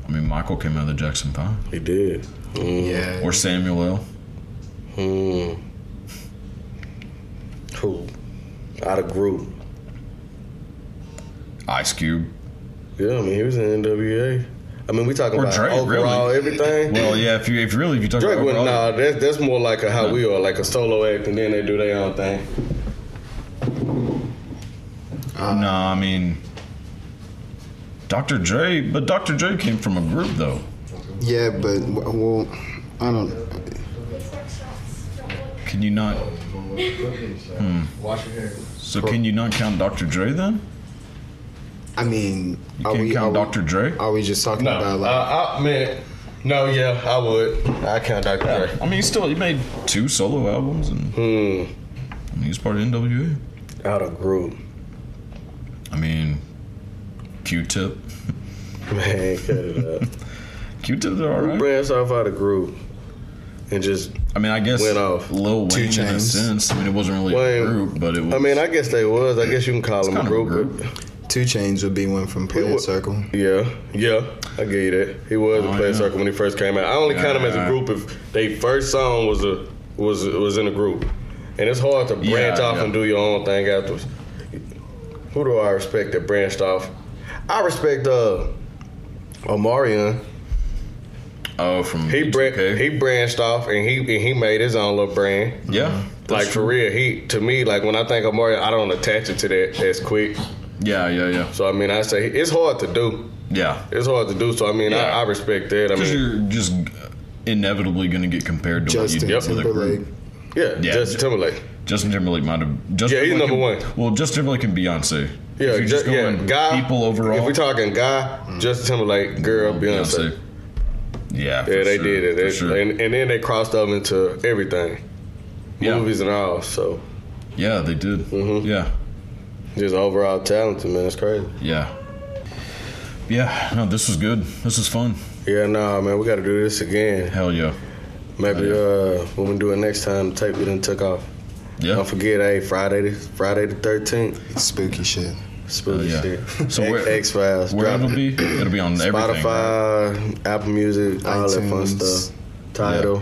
B: I mean, Michael came out of the Jackson Five,
C: He did. Hmm.
D: Yeah.
B: or Samuel L.
C: Hmm. Who? Out of group.
B: Ice Cube.
C: Yeah, I mean, he was in NWA. I mean, we talking
B: Or
C: about
B: Drake,
C: overall
B: really.
C: everything.
B: Well, yeah. If you if really if you talk
C: Drake
B: about
C: went,
B: overall,
C: nah, that's, that's more like a how
B: No.
C: we are, like a solo act, and then they do their own thing.
B: no, I mean, Dr. Dre. But Dr. Dre came from a group though.
D: Yeah, but well, I don't.
B: Can you not? Hmm. So can you not count Dr. Dre then?
D: I mean,
B: You
D: are
B: can't
D: we, are
B: count
D: we
B: Dr. Dre.
D: are we just talking about like?
C: I, man, no, yeah, I would. I count Dr.
B: Yeah. I mean, he still he made two solo albums, and
C: Hmm.
B: I mean, he's part of NWA.
C: Out of group,
B: I mean, Q-Tip.
C: man, cut it up.
B: Q-Tip, they're all
C: Who
B: right.
C: branched off out of group, and just
B: I mean, I guess
C: Went off.
B: Lil
D: Two
B: Wayne in a
D: Chainz.
B: sense. I mean, it wasn't really
C: Wayne-
B: a group, but it was.
C: I mean, I guess they was. I guess you can call them a
B: kind of a
C: group. But
D: Two Chains would be one from
C: It
D: Planet
C: wa-
D: Circle.
C: yeah, yeah, I get you that. He was
B: Oh,
C: in Play
B: yeah.
C: Circle when he first came out. I only count him as a
B: Yeah.
C: group if they first song was a was was in a group, and it's hard to
B: Yeah,
C: branch off
B: yeah.
C: and do your own thing afterwards. Who do I respect that branched off? I respect uh, Omarion.
B: oh, from
C: He bran-
B: B2K.
C: he branched off and he and he made his own little brand.
B: yeah,
C: Like for real, he to me like when I think of Mario, I don't attach it to that as quick.
B: yeah, yeah, yeah,
C: So I mean, I say it's hard to do.
B: yeah.
C: It's hard to do. So I mean,
B: Yeah.
C: I, I respect that. I
B: Because
C: mean,
B: you're just inevitably going to get compared to
D: Justin
B: what you did with a
D: Timberlake.
B: group.
C: yeah,
B: Yeah.
C: Justin Timberlake.
B: Justin Timberlake might have. Justin
C: Yeah, he's
B: Timberlake
C: number
B: and-
C: one.
B: Well, Justin Timberlake and Beyonce.
C: Yeah,
B: if you're just
C: Ju- yeah,
B: going
C: guy.
B: people overall. Mm.
C: If we're talking guy, Justin Timberlake, girl, Beyonce.
B: Yeah, for
C: Yeah, they
B: sure,
C: did it.
B: for
C: They-
B: sure.
C: and, and then they crossed over into everything,
B: yeah.
C: movies Mm-hmm. and all. So
B: Yeah, they did. Yeah,
C: just overall talented man. It's crazy.
B: yeah, yeah. No, this was good. This was fun.
C: Yeah, nah, man, we got to do this again.
B: Hell yeah.
C: Maybe
B: Oh,
C: uh, when we do it next time, the tape we done took off.
B: Yeah.
C: Don't forget, hey, Friday, the- Friday the thirteenth.
D: Spooky shit.
C: Spooky
B: Oh, yeah.
C: shit.
B: So
C: So
B: where-
C: X Files,
B: Where it'll
C: Spotify,
B: be? It'll be on everything. right?
C: Apple Music, all that fun
D: iTunes.
C: stuff. Title,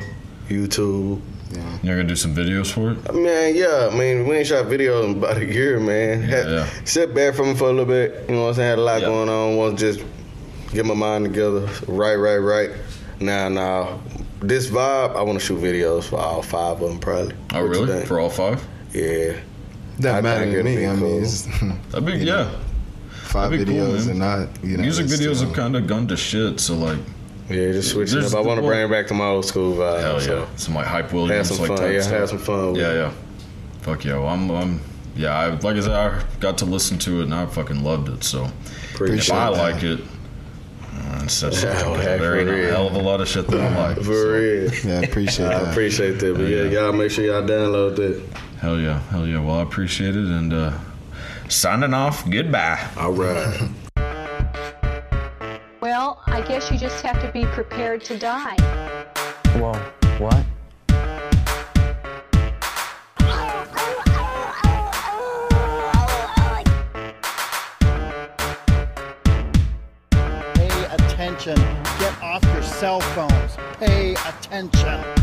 C: YouTube.
D: Yeah.
B: You're gonna do some videos for it.
C: I mean, yeah. I mean, we ain't shot video in about a year, man. Had,
B: yeah.
C: Sit back from it for a little bit. You know what I'm saying? Had a lot
B: Yeah.
C: going on. Was just get my mind together. Right, right, right. Now, now, this vibe. I want to shoot videos for all five of them, probably.
B: Oh,
C: What you
B: really?
C: think?
B: For all five?
C: yeah.
D: That
C: I
D: matter
C: think
D: to
C: it'd be
D: me. I
C: cool.
D: mean, it's
B: That'd be
D: Yeah.
B: yeah.
D: five
B: That'd be cool,
D: videos
B: man.
D: and not you know.
B: Music
D: it's
B: videos
D: still-
B: have kind of gone to shit. So like,
C: Yeah, just switching
B: There's
C: up. I
B: the
C: want to
B: one-
C: bring back to my old school vibe.
B: hell
C: so.
B: yeah. Some like hype
C: Have
B: Williams
C: some
B: like
C: fun.
B: type
C: Yeah,
B: stuff.
C: have some fun. With
B: Yeah,
C: it.
B: yeah. Fuck yeah. Well, I'm, I'm, yeah. I like I said, I got to listen to it and I fucking loved it. So
C: Pretty
B: if
D: Appreciate
C: sure.
B: I
D: that.
B: like it, uh, it's such
C: Yeah,
B: a
C: heck,
B: very
C: for real.
B: hell of a lot of shit that I like.
C: For real.
D: Yeah, I appreciate
C: I
D: that.
C: appreciate that. But yeah, y'all make sure y'all download that.
B: Hell yeah, hell yeah. Well, I appreciate it and uh, signing off. Goodbye.
C: All right.
E: Well, I guess you just have to be prepared to die.
F: Whoa, what?
G: Pay attention. Get off your cell phones. Pay attention.